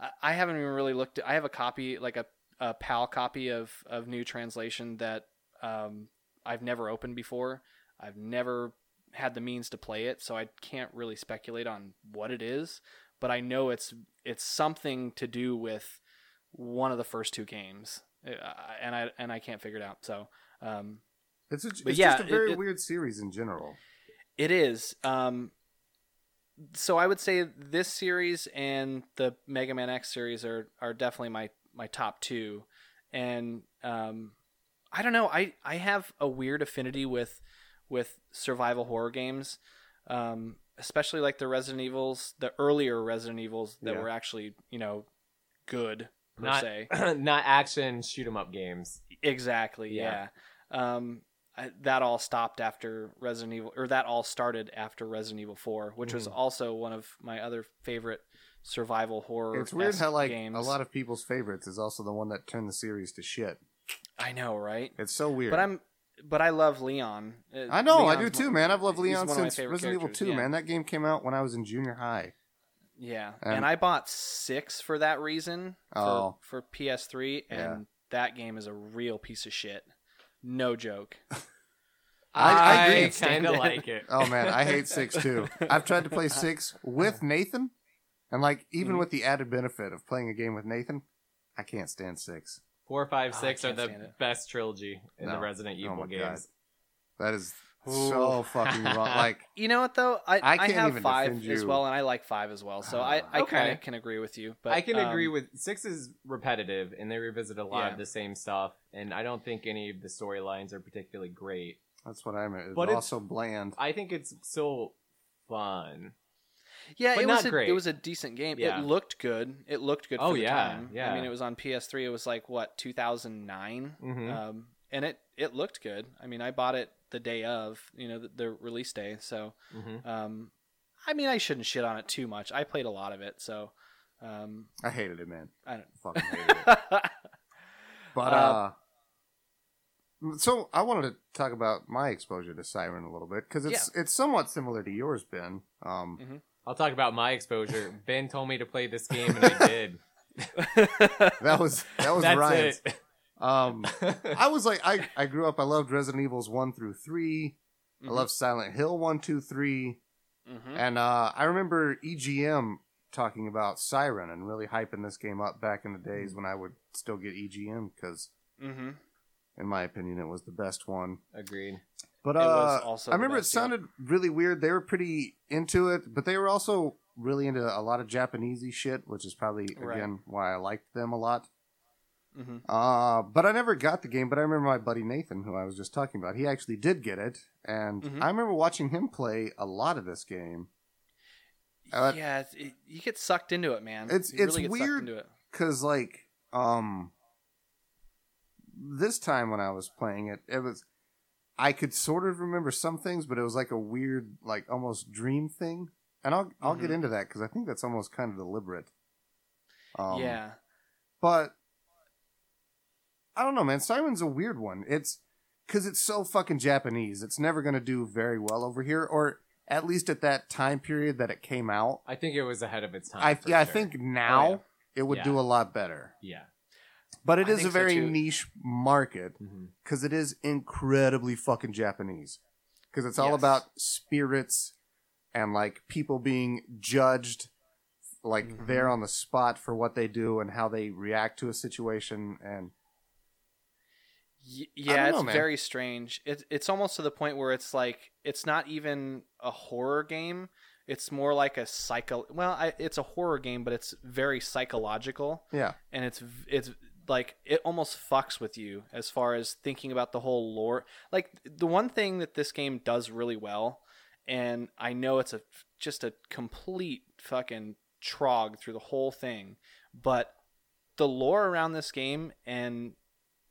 S2: I- I haven't even really looked. At, I have a copy, like a, a PAL copy of of new translation that um, I've never opened before. I've never had the means to play it, so I can't really speculate on what it is. But I know it's it's something to do with one of the first two games, Uh, and I and I can't figure it out. So um,
S1: it's, a,
S2: But
S1: it's
S2: yeah,
S1: just a very
S2: it- it-
S1: weird series in general.
S2: it is. Um, so I would say this series and the Mega Man X series are are definitely my my top two, and um, I don't know. I I have a weird affinity with with survival horror games, um, especially like the Resident Evils, the earlier Resident Evils that
S1: Yeah.
S2: were actually you know good per
S3: Not-
S2: se.
S3: Not action shoot 'em up games.
S2: Exactly.
S3: Yeah.
S2: Yeah. Um, I, that all stopped after Resident Evil, or that all started after Resident Evil Four, which was
S1: Mm-hmm.
S3: Mhm.
S2: also one of my other favorite survival horror.
S1: It's weird how like
S2: games.
S1: a lot of people's favorites is also the one that turned the series to shit.
S2: I know, right?
S1: It's so weird.
S2: But I'm, but I love Leon. Uh,
S1: I know, I do
S2: Leon's
S1: too,
S2: one-
S1: man. I've loved
S2: he's
S1: Leon
S2: one of my
S1: since
S2: favorite
S1: Resident Evil
S2: characters,
S1: 2,
S2: yeah.
S1: man. That game came out when I was in junior high.
S2: Yeah,
S1: And-
S2: and I bought six for that reason
S1: Oh.
S2: for, for PS3, and
S1: Yeah.
S2: that game is a real piece of shit. No joke.
S1: I- I agree.
S3: kind of like it.
S1: Oh man, I
S3: [laughs]
S1: hate
S2: [laughs]
S1: 6 too. I've tried to play 6 with Nathan and like even
S2: Mhm.
S1: with the added benefit of playing a game with Nathan, I can't stand 6.
S3: Four, five,
S2: Oh, I
S3: six are
S2: can't
S3: the
S2: stand it.
S3: best trilogy in
S1: No.
S3: the Resident
S1: Oh my
S3: Evil
S1: God.
S3: games.
S1: That is so
S2: Ooh.
S1: fucking
S2: [laughs]
S1: wrong. Like
S2: You know what though? I,
S1: I
S2: I,
S1: can't
S2: have
S1: even
S2: five
S1: defend
S2: as
S1: you.
S2: well, and I like five as well. So I, I
S3: Okay.
S2: kind of can agree with you. But
S3: I can
S2: um,
S3: agree with six is repetitive and they revisit a lot
S2: Yeah.
S3: of the same stuff, and I don't think any of the storylines are particularly great.
S1: that's what I meant. It's
S3: But it's-
S1: also bland.
S3: I think it's still fun.
S2: Yeah,
S3: but
S2: it
S3: not
S2: was a,
S3: great.
S2: it was a decent game.
S3: Yeah.
S2: It looked good. It looked good. For
S3: Oh,
S2: the
S3: yeah,
S2: time.
S3: yeah.
S2: I mean, it was on PS3. It was like what 2009,
S3: Mhm.
S2: um, and it it looked good. I mean, I bought it the day of, you know, the, the release day. So,
S3: Mhm.
S2: um, I mean, I shouldn't shit on it too much. I played a lot of it, so Um, [laughs]
S1: I hated it, man.
S2: I don't.
S1: Fucking hated
S2: [laughs]
S1: it. But uh,
S2: Uh,
S1: so I wanted to talk about my exposure to Siren a little bit because it's it's somewhat similar to yours, Ben. Um,
S2: [laughs]
S3: I'll talk about my exposure. ben told me to play this game, and I did.
S1: [laughs] that was that was
S3: That's
S1: Ryan's.
S3: it.
S1: Um, [laughs] I was like, I I grew up. I loved Resident Evils one through 3
S2: Mm-hmm.
S1: I loved Silent Hill one, two, three,
S2: hmm
S1: and uh, I remember EGM talking about Siren and really hyping this game up back in the
S2: Mm.
S1: days when I would still get E EGM because,
S2: hmm
S1: in my opinion, it was the best one.
S3: [laughs] Agreed.
S1: But
S2: mm-hmm. It
S1: uh,
S2: was also
S1: I
S2: the
S1: remember it
S2: best, yeah.
S1: sounded really weird. They were pretty into it, but they were also really into a lot of Japanesey shit, which is probably
S2: Right.
S1: again why I liked them a lot.
S2: hmm
S1: Uh, but I never got the game. But I remember my buddy Nathan, who I was just talking about, he actually did get it, and
S2: Mhm.
S1: I remember watching him play a lot of this game Uh,
S2: yeah, it's, it, you get sucked into it, man.
S1: it's-
S2: You
S1: it's
S2: really get
S1: weird.
S2: Sucked into it.
S1: because, like, um, this time when I was playing it, it was I could sort of remember some things, but it was like a weird, like almost dream thing. And I'll I'll get
S2: Mhm.
S1: into that because I think that's almost kind of deliberate. Um,
S2: yeah,
S1: but I don't know, man. Simon's a weird one. It's because it's so fucking Japanese. It's never going to do very well over here, or at least at that time period that it came out.
S3: I think it was ahead of
S2: Uh,
S3: its time.
S1: I
S3: for
S1: yeah, I
S3: sure.
S1: think now
S2: Oh, yeah.
S1: it would
S3: Yeah.
S1: do a lot better.
S3: Yeah.
S1: But it
S2: I
S1: is a
S2: think so,
S1: very
S2: too.
S1: niche market
S3: hmm
S1: because it is incredibly fucking Japanese. Because it's all
S2: Yes.
S1: about spirits and like people being judged, like
S2: Mhm.
S1: there on the spot for what they do and how they react to a situation and I
S2: Y-
S1: don't
S2: yeah,
S1: know,
S2: it's
S1: man.
S2: very strange. It's it's almost to the point where it's like it's not even a horror game. It's more like a psycho. Well, I, it's a horror game, but it's very psychological,
S1: yeah.
S2: and it's v- it's like it almost fucks with you as far as thinking about the whole lore. Like the one thing that this game does really well, and I know it's a just a complete fucking trog through the whole thing, but the lore around this game and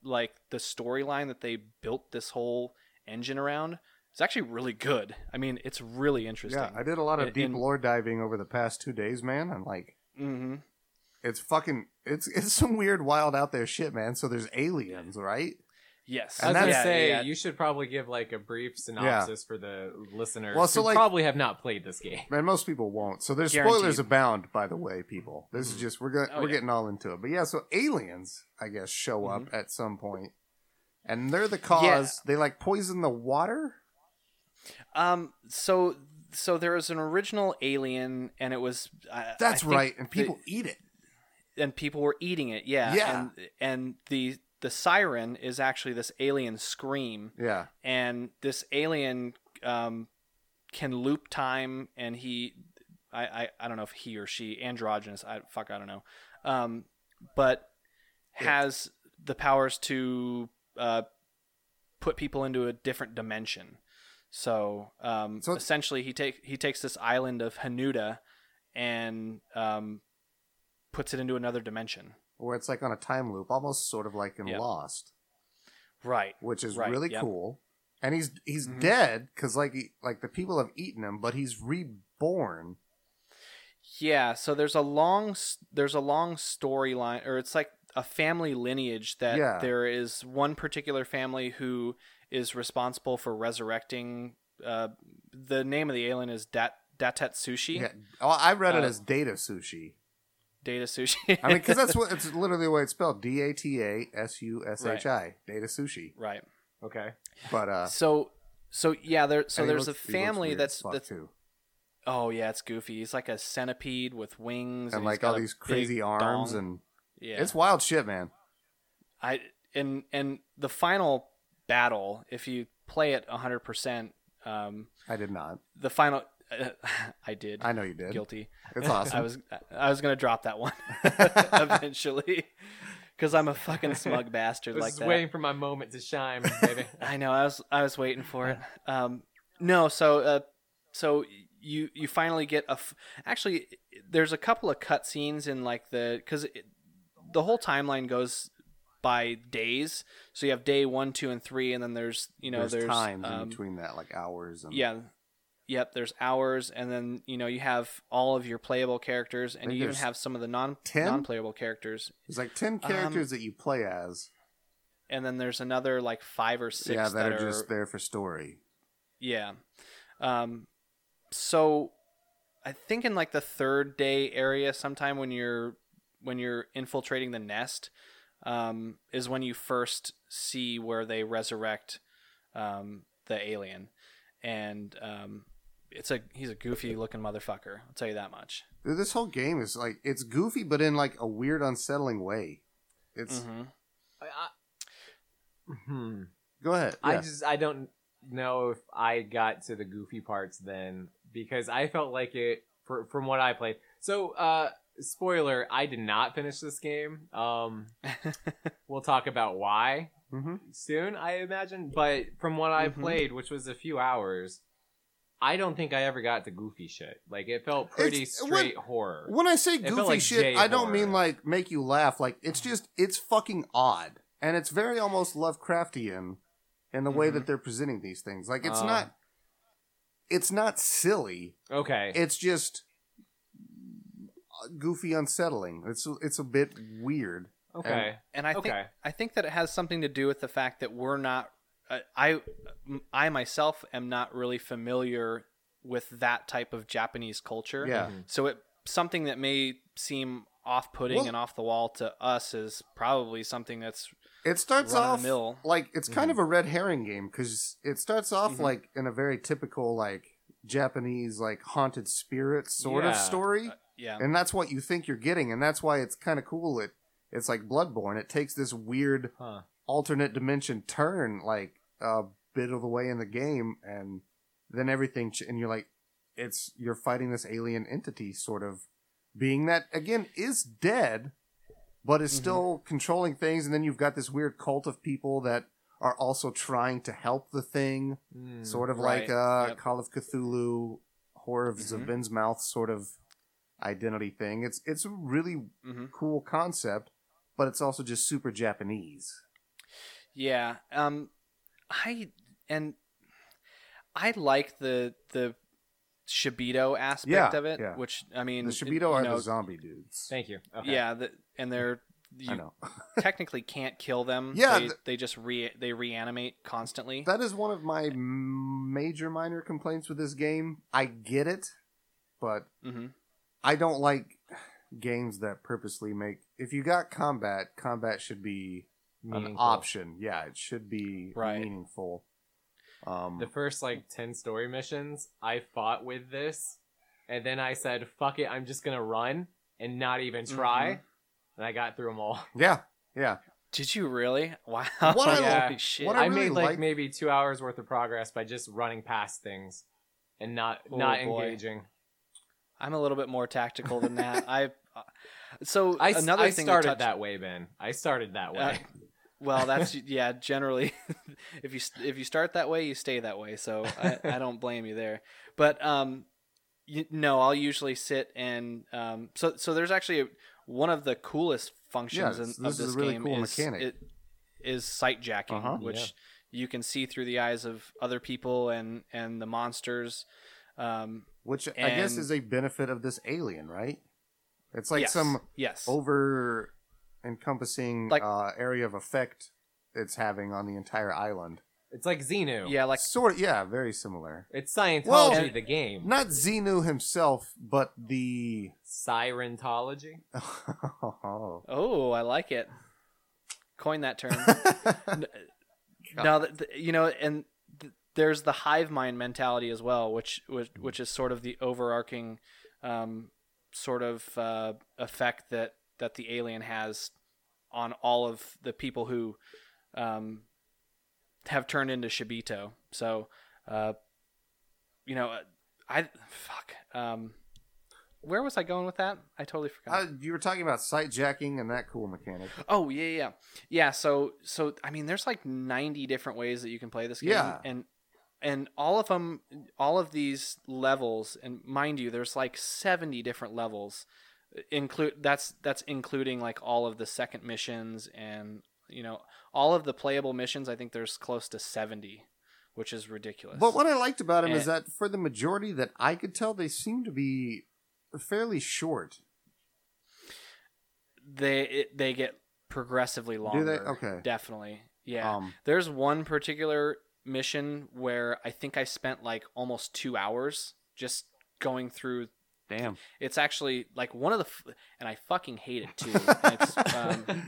S2: like the storyline that they built this whole engine around is actually really good. I mean, it's really interesting.
S1: Yeah, I did a lot of
S2: In-
S1: deep
S2: in-
S1: lore diving over the past two days, man. And like,
S2: mm-hmm.
S1: it's fucking, it's it's some weird, wild, out there shit, man. So there's aliens, right?
S2: Yes,
S3: I was gonna
S2: Yeah,
S3: say
S2: yeah.
S3: you should probably give like a brief synopsis for the listeners
S1: Well, so,
S3: who
S1: like-
S3: probably have not played this
S2: [laughs]
S3: game.
S1: Man, most people won't. So there's
S2: Guaranteed.
S1: spoilers abound, by the way, people. This is just we're gonna,
S2: Oh,
S1: we're
S2: yeah.
S1: getting all into it. But yeah, so aliens, I guess, show
S2: Mm-hmm.
S1: up at some point, and they're the cause. They like poison the water.
S2: Um. So so there was an original alien, and it was I-
S1: That's
S2: I think
S1: right, and
S2: the-
S1: people eat it.
S2: and people were eating it. Yeah.
S1: Yeah.
S2: And, and the the siren is actually this alien scream,
S1: Yeah,
S2: and this alien um, can loop time, and he, I, I, I don't know if he or she androgynous. I fuck, I don't know, um, but has the powers to uh, put people into a different dimension. So, um,
S1: So-
S2: essentially, he take he takes this island of Hanuda and um, puts it into another dimension.
S1: where it's like on a time loop, almost sort of like in
S2: Yeah.
S1: Lost.
S2: Right.
S1: which is
S2: Right,
S1: really
S2: yep.
S1: cool. And he's he's
S2: Mhm.
S1: dead because like he, like the people have eaten him, but he's reborn.
S2: Yeah, so there's a long s- there's a long storyline or it's like a family lineage that
S1: Yeah.
S2: there is one particular family who is responsible for resurrecting uh, the name of the alien is Dat Datatsushi.
S1: Yeah, oh, I read it
S2: Uh,
S1: as data sushi.
S2: Data sushi.
S1: I mean, because that's what it's literally the way it's spelled: D A T A S U S H I, data sushi.
S2: [laughs] right.
S3: Okay.
S1: But uh,
S2: So so yeah, there so
S1: and he
S2: there's
S1: looks-
S2: a
S1: he looks
S2: family
S1: weird as
S2: that's
S1: fuck,
S2: that's
S1: too,
S2: oh yeah, it's goofy. He's like a centipede with wings
S1: and
S2: he's
S1: like
S2: got
S1: all
S2: a
S1: these
S2: big
S1: crazy arms,
S2: dong.
S1: and
S2: yeah.
S1: it's wild shit, man.
S2: I and and the final battle, if you play it 100%, um,
S1: I did not.
S2: the final [laughs] I did.
S1: I know you did.
S2: guilty. [laughs]
S1: It's awesome.
S2: I was I was going to drop
S1: [laughs]
S2: that one [laughs] eventually cuz I'm a
S1: [laughs]
S2: fucking smug
S3: I
S2: bastard
S3: was
S2: like
S3: just
S2: that.
S3: waiting for my moment to shine, baby.
S2: I know. I was I was waiting for
S1: [laughs]
S2: it. Um, no, so uh, so you you finally get a. F- Actually, there's a couple of cutscenes in like the because the whole timeline goes by days. So you have day one, two, and three, and then there's you know
S1: there's,
S2: there's,
S1: times
S2: um,
S1: in between that, like hours. And,
S2: yeah, Yep, there's hours, and then you know you have all of your playable characters, and
S1: think
S2: you even
S1: there's
S2: have some of the non
S1: 10?
S2: non-playable characters,
S1: There's like ten
S2: Um,
S1: characters that you play as.
S2: and then there's another like five or six
S1: Yeah, that, are, just there for story.
S2: Yeah. Um, so I think in like the third day area, sometime when you're when you're infiltrating the nest, um, is when you first see where they resurrect um, the alien, and um, it's a he's a goofy looking motherfucker. I'll tell you that much.
S1: Dude, this whole game is like it's goofy, but in like a weird, unsettling way. It's
S2: Mhm.
S3: I, I- hmm.
S1: go ahead.
S3: I
S1: Yeah.
S3: just I don't know if I got to the goofy parts then because I felt like it for, from what I played. So uh spoiler, I did not finish this game.
S1: [laughs]
S3: Um we'll talk about why
S1: Mhm.
S3: soon, I imagine, but from what I
S2: Mhm.
S1: Mm-hmm.
S3: played, which was a few hours, I don't think I ever got to goofy shit. Like it felt pretty
S1: It's- when-
S3: straight horror.
S1: When I say
S3: It felt
S1: goofy
S3: like
S1: shit,
S3: J
S1: I don't
S3: horror.
S1: mean like make you laugh. Like it's just it's fucking odd, and it's very almost Lovecraftian in the way
S2: Mhm.
S1: that they're presenting these things. Like it's
S3: Oh.
S1: not, it's not silly.
S3: Okay.
S1: It's just goofy, unsettling. It's it's a bit weird.
S3: okay.
S2: And I think
S3: okay.
S2: I think that it has something to do with the fact that we're not. Uh, I I myself am not really familiar with that type of Japanese culture.
S1: Yeah.
S2: So it something that may seem off-putting
S1: Well-
S2: and off the wall to us is probably something that's
S1: It starts
S2: Run of the
S1: off
S2: mill. Mm-hmm.
S1: like it's kind
S3: Mhm.
S1: of a red herring game because it starts off
S2: Mhm.
S1: like in a very typical like Japanese like haunted spirit sort
S3: Yeah.
S1: of story,
S2: yeah.
S1: and that's what you think you're getting, and that's why it's kind of cool. It it's like Bloodborne. It takes this weird
S3: Huh.
S1: alternate dimension turn like a bit of the way in the game, and then everything ch- and you're like, it's you're fighting this alien entity sort of being that again is dead but is
S2: Mhm.
S1: still controlling things and then you've got this weird cult of people that are also trying to help the thing
S3: Mm.
S1: sort of
S2: Right,
S1: like uh
S2: yep.
S1: call of cthulhu horror of
S2: Mhm.
S1: Zabin's mouth sort of identity thing it's it's a really
S2: hmm
S1: cool concept but it's also just super japanese
S2: Yeah. Um I and I like the the Shibido aspect
S1: Yeah,
S2: of it,
S1: yeah.
S2: which I mean
S1: the
S2: you
S1: Shibido are
S2: know,
S1: the zombie dudes
S3: Thank you. Okay.
S2: Yeah, the, and they're
S1: i
S2: you
S1: know [laughs]
S2: technically can't kill them.
S1: Yeah,
S2: they,
S1: th-
S2: they just re they reanimate constantly.
S1: that is one of my major minor complaints with this game i get it but
S2: hmm
S1: I don't like games that purposely make. If you got combat, combat should be an
S3: Meaningful.
S1: option. Yeah, it should be
S2: Right.
S1: meaningful. Um,
S3: the first like 10 story missions i fought with this and then i said fuck it i'm just gonna run and not even
S2: Mm-hmm.
S3: try and i got through
S2: [laughs]
S3: them all
S1: yeah, yeah.
S2: Did you really? [laughs] Wow.
S1: What I
S3: Yeah.
S2: Holy shit.
S1: what I
S3: i,
S1: really
S3: made like,
S1: like-
S3: maybe two hours worth of progress by just running past things and not
S2: Oh,
S3: not
S2: boy.
S3: engaging
S2: I'm a little bit more tactical
S1: [laughs]
S2: than that. I uh, so
S3: i, s-
S2: another
S3: I
S2: thing
S3: started
S2: touched-
S3: that way ben i started that
S2: Uh,
S3: way [laughs]
S2: [laughs]
S1: [laughs]
S2: Well, that's yeah. Generally, [laughs] if you if you start that way, you stay that way. So I, I don't blame you there. But um, you, no, I'll usually sit and um. So so there's actually a, one of the coolest functions
S1: Yeah,
S2: in,
S1: this-
S2: of
S1: this is a
S2: this
S1: really
S2: game
S1: cool
S2: is
S1: mechanic.
S2: it is sight jacking,
S1: Uh-huh.
S2: which you can see through the eyes of other people and and the monsters. Um,
S1: Which I guess
S2: And-
S1: is a benefit of this alien, right? It's like
S2: yes,
S1: some
S2: yes.
S1: over encompassing
S2: Like-
S1: uh, area of effect it's having on the entire island.
S3: it's like xenu
S2: yeah, like
S1: sort yeah, very similar.
S3: it's scientology
S1: Well-
S3: the game
S1: Not Xenu himself, but the [laughs] Uh,
S3: sirentology
S2: oh, I like it. Coin that term. Now, th- th- you know, and th- there's the hive mind mentality as well, which which, which is sort of the overarching um, sort of uh, effect that that the alien has on all of the people who um, have turned into Shibito. So, uh, you know, I fuck. Um, where was I going with that? I totally forgot.
S1: Uh, you were talking about sight jacking and that cool mechanic.
S2: Oh yeah, yeah, yeah. yeah. So so I mean, there's like 90 different ways that you can play this game,
S1: Yeah.
S2: and and all of them, all of these levels, and mind you, there's like 70 different levels. Include that's that's including like all of the second missions and you know all of the playable missions. I think there's close to 70 which is ridiculous.
S1: But what I liked about him is
S2: Eh.
S1: that for the majority that I could tell, they seemed to be fairly short.
S2: they it, they get progressively longer.
S1: Do they? Okay.
S2: Definitely. Yeah.
S1: Um,
S2: There's one particular mission where I think I spent like almost 2 hours just going through
S1: Damn.
S2: it's actually like one of the f- and I fucking hate it too. It's, um,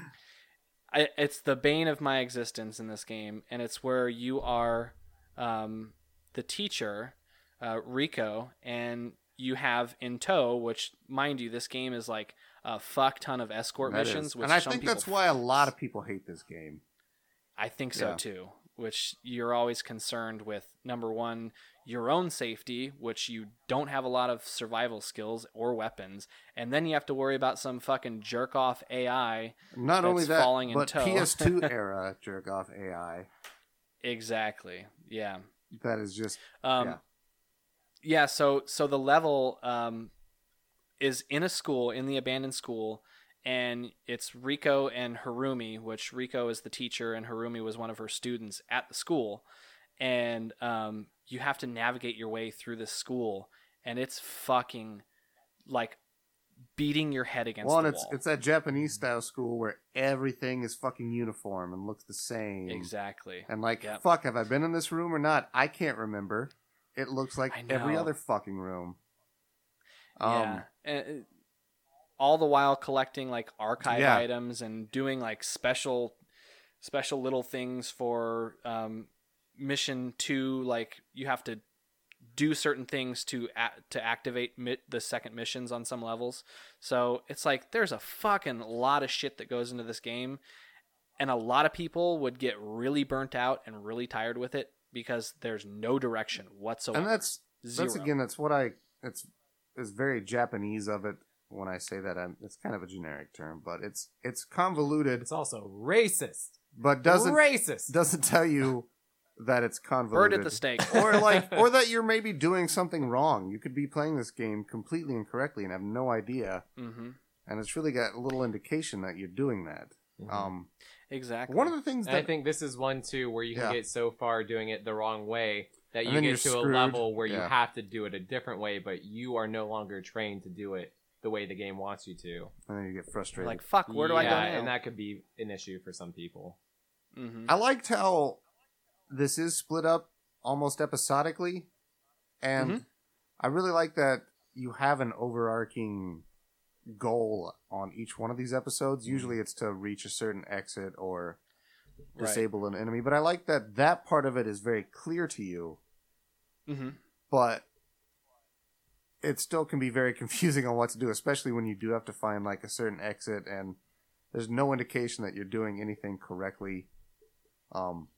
S2: I, it's the bane of my existence in this game, and it's where you are um, the teacher, uh, Rico, and you have in tow, which mind you, this game is like a fuck ton of escort
S1: That
S2: missions.
S1: is.
S2: Which
S1: And I
S2: some
S1: think
S2: people
S1: that's why a lot of people hate this game.
S2: I think so
S1: Yeah.
S2: too. Which you're always concerned with number one, your own safety, which you don't have a lot of survival skills or weapons, and then you have to worry about some fucking jerk off AI.
S1: Not
S2: That's
S1: only that,
S2: falling in
S1: but
S2: tow. [laughs]
S1: PS2 era jerk off AI.
S2: Exactly. Yeah.
S1: That is just
S2: Um,
S1: Yeah.
S2: yeah. So so the level um, is in a school in the abandoned school, and it's Rico and Harumi, which Rico is the teacher and Harumi was one of her students at the school, and um, you have to navigate your way through this school, and it's fucking like beating your head against
S1: well, and
S2: the
S1: it's
S2: wall.
S1: it's that Japanese style school where everything is fucking uniform and looks the same.
S2: exactly.
S1: And like,
S2: Yep.
S1: fuck, have I been in this room or not? I can't remember. It looks like
S2: I
S1: every
S2: know.
S1: other fucking room. Um,
S2: yeah. And, uh, all the while collecting like archive
S1: Yeah.
S2: items and doing like special special little things for um, mission 2 like you have to do certain things to a- to activate mi- the second missions on some levels. So it's like there's a fucking lot of shit that goes into this game and a lot of people would get really burnt out and really tired with it because there's no direction whatsoever.
S1: Um, and that's
S2: Zero.
S1: that's again that's what I it's is very Japanese of it. When I say that, I'm, it's kind of a generic term, but it's it's convoluted,
S3: It's also racist.
S1: but doesn't
S3: racist.
S1: doesnn't tell you that it's convoluted.
S2: Bird at the stake.
S1: [laughs] or
S3: [laughs]
S1: like or that you're maybe doing something wrong. You could be playing this game completely incorrectly and have no idea.
S2: hmm
S1: And it's really got little indication that you're doing that.
S3: Mm-hmm.
S2: Oh,
S1: Um,
S2: Exactly.
S1: one of the [laughs] things
S3: And I
S1: that
S3: think this is one too where you can
S1: Yeah.
S3: get so far doing it the wrong way that
S1: And
S3: you
S1: then
S3: get
S1: you're
S3: to
S1: screwed.
S3: a level where
S1: Yeah.
S3: you have to do it a different way, but you are no longer trained to do it the way the game wants you to.
S1: and then you get frustrated.
S2: like fuck, where do I go
S3: Yeah,
S2: now?
S3: And that could be an issue for some people.
S2: hmm
S1: I liked how this is split up almost episodically, and
S3: Mm-hmm.
S1: I really like that you have an overarching goal on each one of these
S3: Mm-hmm.
S1: episodes. Usually, it's to reach a certain exit or
S2: Right.
S1: disable an enemy, but I like that that part of it is very clear to you,
S3: Mm-hmm.
S2: hmm
S1: but it still can be very [laughs] confusing on what to do, especially when you do have to find like a certain exit and there's no indication that you're doing anything correctly. Um,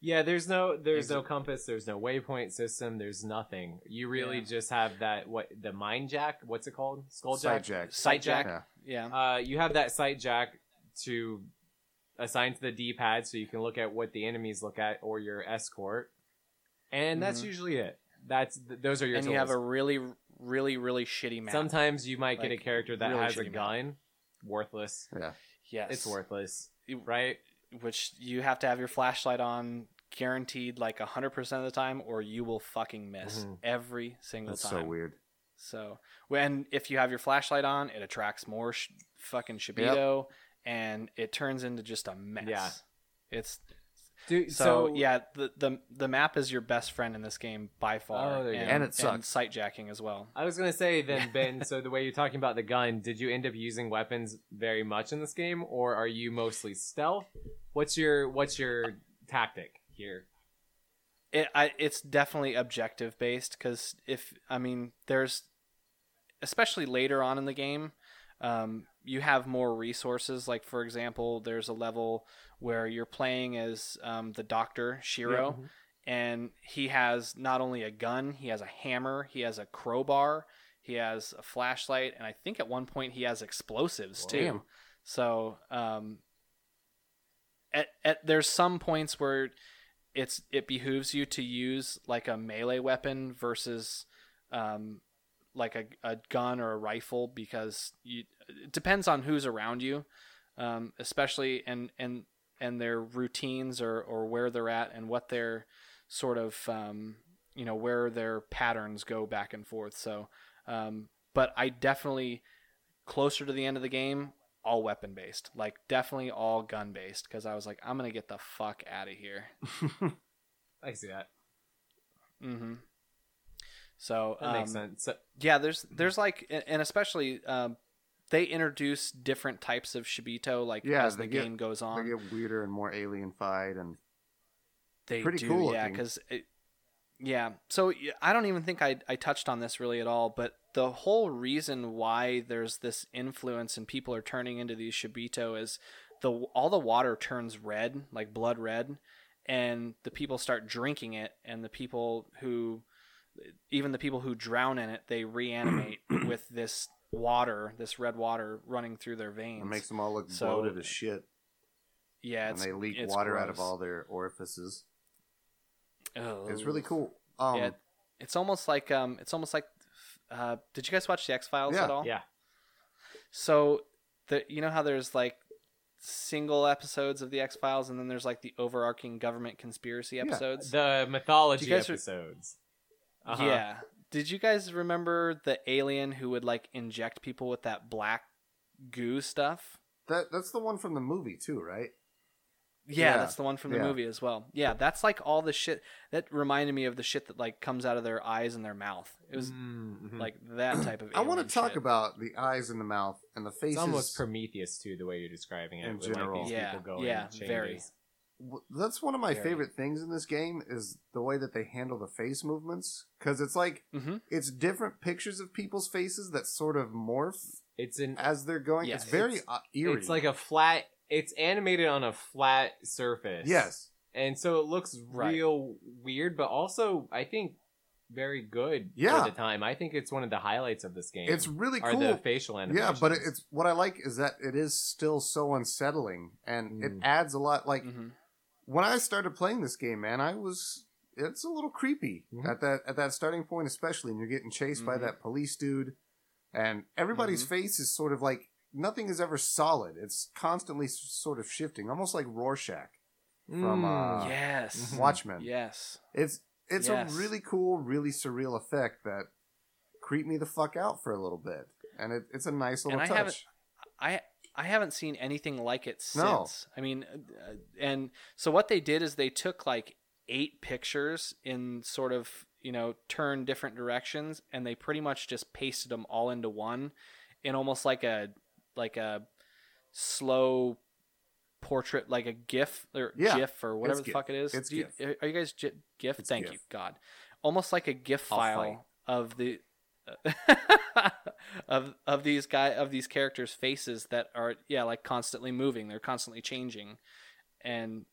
S3: Yeah, there's no there's no
S2: Exa-
S3: compass, there's no waypoint system, there's nothing. You really
S2: Yeah.
S3: just have that what the mind jack, what's it called? Skull
S1: side
S3: jack.
S1: jack.
S2: Sight
S3: jack.
S2: jack. Yeah.
S3: Uh, you have that sight jack to assign to the D-pad so you can look at what the enemies look at or your escort, and that's
S2: Mhm.
S3: usually it. That's th- those are your
S2: And
S3: tools.
S2: you have a really, really, really shitty map.
S3: Sometimes you might get a
S2: Like,
S3: character that
S2: really
S3: has a
S2: shitty map.
S3: gun, worthless.
S1: Yeah.
S2: yes,
S3: It's worthless,
S2: You-
S3: right?
S2: Which you have to have your flashlight on, guaranteed, like hundred percent of the time, or you will fucking miss
S3: Mhm.
S2: every single
S1: That's
S2: time.
S1: so weird.
S2: So when if you have your flashlight on, it attracts more sh- fucking Shibido, and it turns into just a mess.
S3: Yeah.
S2: It's
S3: Dude,
S2: so, yeah. The, the the map is your best friend in this game by far,
S3: Oh, there you
S1: go. And it
S2: And
S1: sucks.
S2: sight jacking as well.
S3: I was gonna say then, Ben. so the way you're
S2: [laughs]
S3: talking about the gun, did you end up using weapons very much in this game, or are you mostly stealth? What's your what's your tactic here?
S2: it I, it's definitely objective based because if I mean there's especially later on in the game um, you have more resources like for example there's a level where you're playing as um, the doctor Shiro and he has not only a gun he has a hammer he has a crowbar he has a flashlight and I think at one point he has explosives too
S1: Damn.
S2: so um, at, at there's some points where it's it behooves you to use like a melee weapon versus um, like a, a gun or a rifle because you, it depends on who's around you, um, especially and and and their routines or or where they're at and what their sort of um, you know where their patterns go back and forth. So, um, but I definitely closer to the end of the game, all weapon based, like definitely all gun based, because I was like, I'm gonna get the fuck out of
S1: [laughs]
S2: here.
S3: I see that.
S2: hmm So
S3: That makes
S2: um,
S3: sense. So,
S2: yeah there's
S1: Mm-hmm.
S2: there's like and and especially um, they introduce different types of shibito like
S1: Yeah,
S2: as the
S1: they get-
S2: game goes
S1: They
S2: on
S1: get weirder and more alien fied and
S2: they
S1: pretty
S2: do
S1: cool
S2: yeah
S1: looking.
S2: because yeah so y- i don't even think I, I touched on this really at all but the whole reason why there's this influence and people are turning into these shibito is the all the water turns red like blood red and the people start drinking it and the people who even the people who drown in it
S1: [clears throat]
S2: they reanimate with this water this red water running through their veins
S1: it makes them all look
S2: So-
S1: bloated as shit.
S2: yeah
S1: and
S2: it's,
S1: they leak
S2: it's
S1: water out of
S2: gross.
S1: all their orifices. It's
S2: Ugh.
S1: really cool. Um,
S2: Yeah. It's almost like um, it's almost like, uh, did you guys watch the X Files
S1: Yeah.
S2: at all?
S3: yeah.
S2: So the you know how there's like single episodes of the X Files, and then there's like the overarching government conspiracy
S1: Yeah.
S2: episodes.
S3: The mythology
S2: You guys are-
S3: episodes. uh-huh.
S2: Yeah. Did you guys remember the alien who would like inject people with that black goo stuff?
S1: That that's the one from the movie too, right?
S2: Yeah,
S1: Yeah.
S2: that's the one from the
S1: Yeah.
S2: movie as well. Yeah, that's like all the shit that reminded me of the shit that like comes out of their eyes and their mouth. It was
S3: Mhm.
S2: like that type of.
S1: I want
S2: alien
S1: to talk
S2: shit.
S1: about the eyes and the mouth and the faces.
S3: it's almost Prometheus too, the way you're describing it.
S1: In
S3: with, like,
S1: general.
S3: these
S2: Yeah,
S3: people going
S2: yeah,
S3: changes.
S2: very.
S1: W- that's one of my
S2: Very.
S1: favorite things in this game is the way that they handle the face movements because it's like
S3: Mm-hmm.
S2: Mhm.
S1: it's different pictures of people's faces that sort of morph
S3: It's an
S1: as they're going.
S2: Yeah,
S1: it's very
S3: it's-
S1: uh, eerie.
S3: It's like a flat. It's animated on a flat surface.
S1: yes,
S3: and so it looks
S2: Right.
S3: real weird, but also I think very good
S1: Yeah.
S3: for the time. I think it's one of the highlights of this game.
S1: it's really
S3: are
S1: cool.
S3: the facial animations.
S1: Yeah, but it- it's what I like is that it is still so unsettling, and it
S3: Mm.
S1: adds a lot. Like
S2: Mhm.
S1: when I started playing this game, man, I was it's a little creepy
S2: Mm-hmm.
S3: Mhm.
S1: at that at that starting point, especially, and you're getting chased by
S2: Mhm.
S1: that police dude, and everybody's
S2: Mm-hmm.
S1: face is sort of like nothing is ever solid. It's constantly s- sort of shifting, almost like Rorschach from
S3: Mm.
S1: uh, [laughs]
S2: yes.
S1: Watchmen.
S2: Yes.
S1: It's it's
S2: Mm-hmm. Yes.
S1: a really cool, really surreal effect that creeped me the fuck out for a little bit, and it, it's a nice little
S2: And I
S1: touch.
S2: haven't- I I haven't seen anything like it since.
S1: No.
S2: I mean, uh, and so what they did is they took like eight pictures in sort of you know turn different directions, and they pretty much just pasted them all into one, in almost like a like a slow portrait, like a GIF or
S1: Yeah,
S2: GIF or whatever the
S1: GIF.
S2: fuck it is.
S1: It's
S2: Do you- Are you guys G- GIF?
S1: It's
S2: Thank
S1: GIF.
S2: you, God. Almost like a GIF
S3: I'll fight.
S2: file of the [laughs] of of these guy of these characters' faces that are yeah like constantly moving. They're constantly changing, and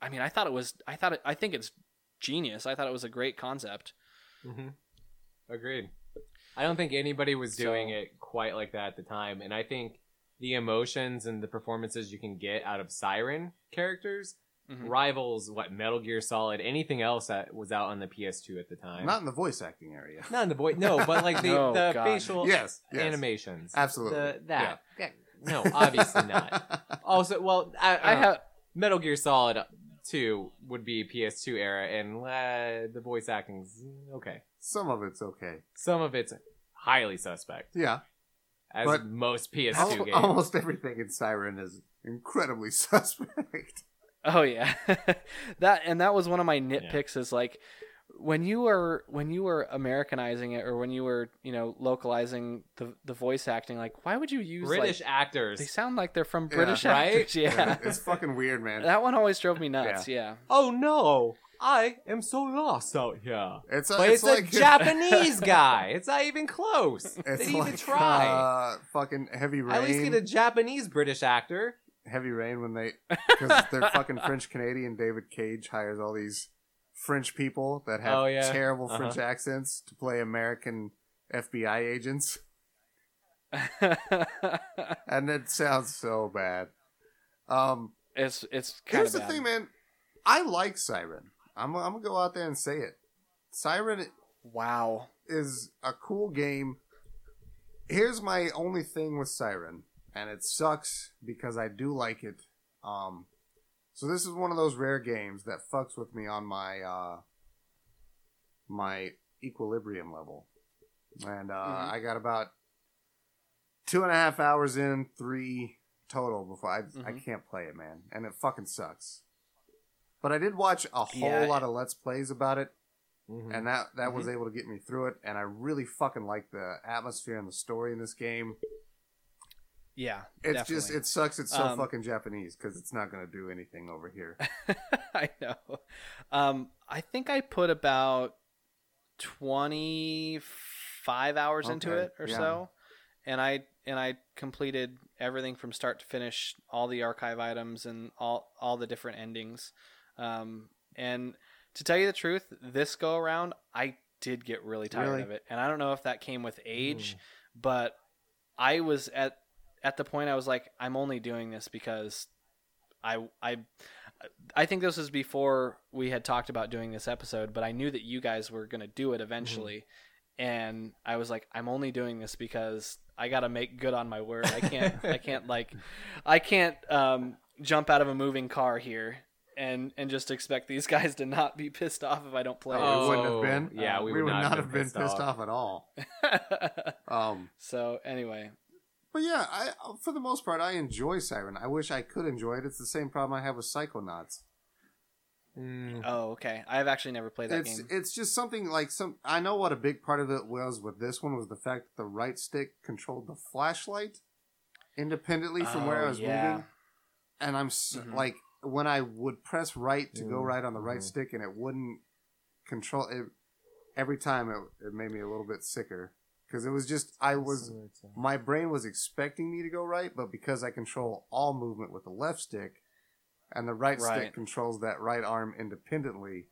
S2: I mean I thought it was I thought it, I think it's genius. I thought it was a great concept.
S3: hmm Agreed. I don't think anybody was
S2: So-
S3: doing it quite like that at the time, and I think the emotions and the performances you can get out of Siren characters
S2: Mhm.
S3: rivals what Metal Gear Solid, anything else that was out on the PS2 at the time.
S1: Not in the voice acting area.
S3: Not in the boy, no, but like the,
S2: No,
S3: the
S2: God.
S3: facial
S1: [laughs] yes, yes.
S3: animations.
S1: Absolutely.
S3: The- that. No, obviously
S1: [laughs]
S3: not. Also, well, I,
S2: I
S3: I have
S2: have
S3: Metal Gear Solid 2 would be PS2 era, and uh, the voice acting's okay.
S1: Some of it's okay.
S3: Some of it's highly suspect,
S1: Yeah.
S3: as
S1: But-
S3: most PS2
S1: Al-
S3: games.
S1: almost everything in Siren is incredibly [laughs] suspect.
S2: Oh yeah, [laughs] that and that was one of my nitpicks is like when you are when you were Americanizing it or when you were you know localizing the the voice acting like why would you use like-
S3: British
S2: they
S3: actors.
S2: sound like they're from
S1: Yeah.
S2: British
S3: Right?
S2: actors [laughs] yeah
S1: [laughs] it's fucking weird, man.
S2: that one always drove me nuts yeah, [laughs]
S3: Oh no, I am so lost out here.
S1: It's,
S3: But
S1: it's,
S3: it's,
S1: like
S3: a Japanese guy. It's not even close. They
S1: [laughs] It's
S3: didn't
S1: like
S3: even try.
S1: Uh, fucking heavy rain.
S3: At least get a Japanese British actor.
S1: Heavy rain when
S3: [laughs]
S1: they because they're fucking French Canadian. David Cage hires all these French people that have
S3: Oh, yeah.
S1: terrible
S3: Uh-huh.
S1: French accents to play American FBI agents, and it sounds so bad. Um,
S2: it's it's kind
S1: Here's
S2: of
S1: the thing, man. I like Siren. I'm, I'm gonna go out there and say it. Siren
S2: wow
S1: is a cool game. Here's my only thing with Siren, and it sucks because I do like it. Um, so this is one of those rare games that fucks with me on my uh, my equilibrium level. And uh,
S2: Mhm.
S1: I got about two and a half hours in, three total before I, I
S2: Mhm.
S1: can't play it, man. And it fucking sucks. But I did watch a whole
S2: Yeah.
S1: lot of Let's Plays about it,
S3: Mhm.
S1: and that, that was able to get me through it. And I really fucking like the atmosphere and the story in this game.
S2: Yeah, [laughs]
S1: It's just,
S2: definitely.
S1: it sucks. It's so
S2: Um,
S1: fucking Japanese because it's not going to do anything over here.
S2: I know. Um, I think I put about twenty five hours into
S1: Okay,
S2: it or
S1: yeah.
S2: so, and I and I completed everything from start to finish, all the archive items and all all the different endings. Um, and to tell you the truth, this go around, I did get really tired
S1: Really?
S2: of it, and I don't know if that came with age,
S3: Mm.
S2: but I was at at the point I was like, I'm only doing this because I I I think this was before we had talked about doing this episode, but I knew that you guys were gonna do it eventually, and I was like, I'm only doing this because I gotta make good on my word. I can't I can't like I can't um, jump out of a moving car here. And, and just expect these guys to not be pissed off if I don't play.
S1: we
S3: Oh,
S1: Mm. wouldn't have been. Uh, [laughs]
S3: yeah,
S1: we, would not, have been pissed, off. at [laughs] all. Um,
S2: [laughs] so anyway,
S1: but yeah, I for the most part I enjoy Siren. I wish I could enjoy it. It's the same problem I have with Psychonauts.
S3: Mm.
S2: oh okay. I've actually never played that
S1: It's
S2: game.
S1: it's just something like some. I know what a big part of it was with this one was the fact that the right stick controlled the flashlight independently from where I
S2: Oh,
S1: was
S2: yeah.
S1: moving, and I'm s
S2: Mhm.
S1: like when I would press right to go
S3: Mm,
S1: right on the right
S3: mhm.
S1: stick, and it wouldn't control it. Every time it, it made me a little bit sicker because it was just I was
S3: Similar to-
S1: my brain was expecting me to go right, but because I control all movement with the left stick, and the right, stick
S2: Right.
S1: controls that right arm independently,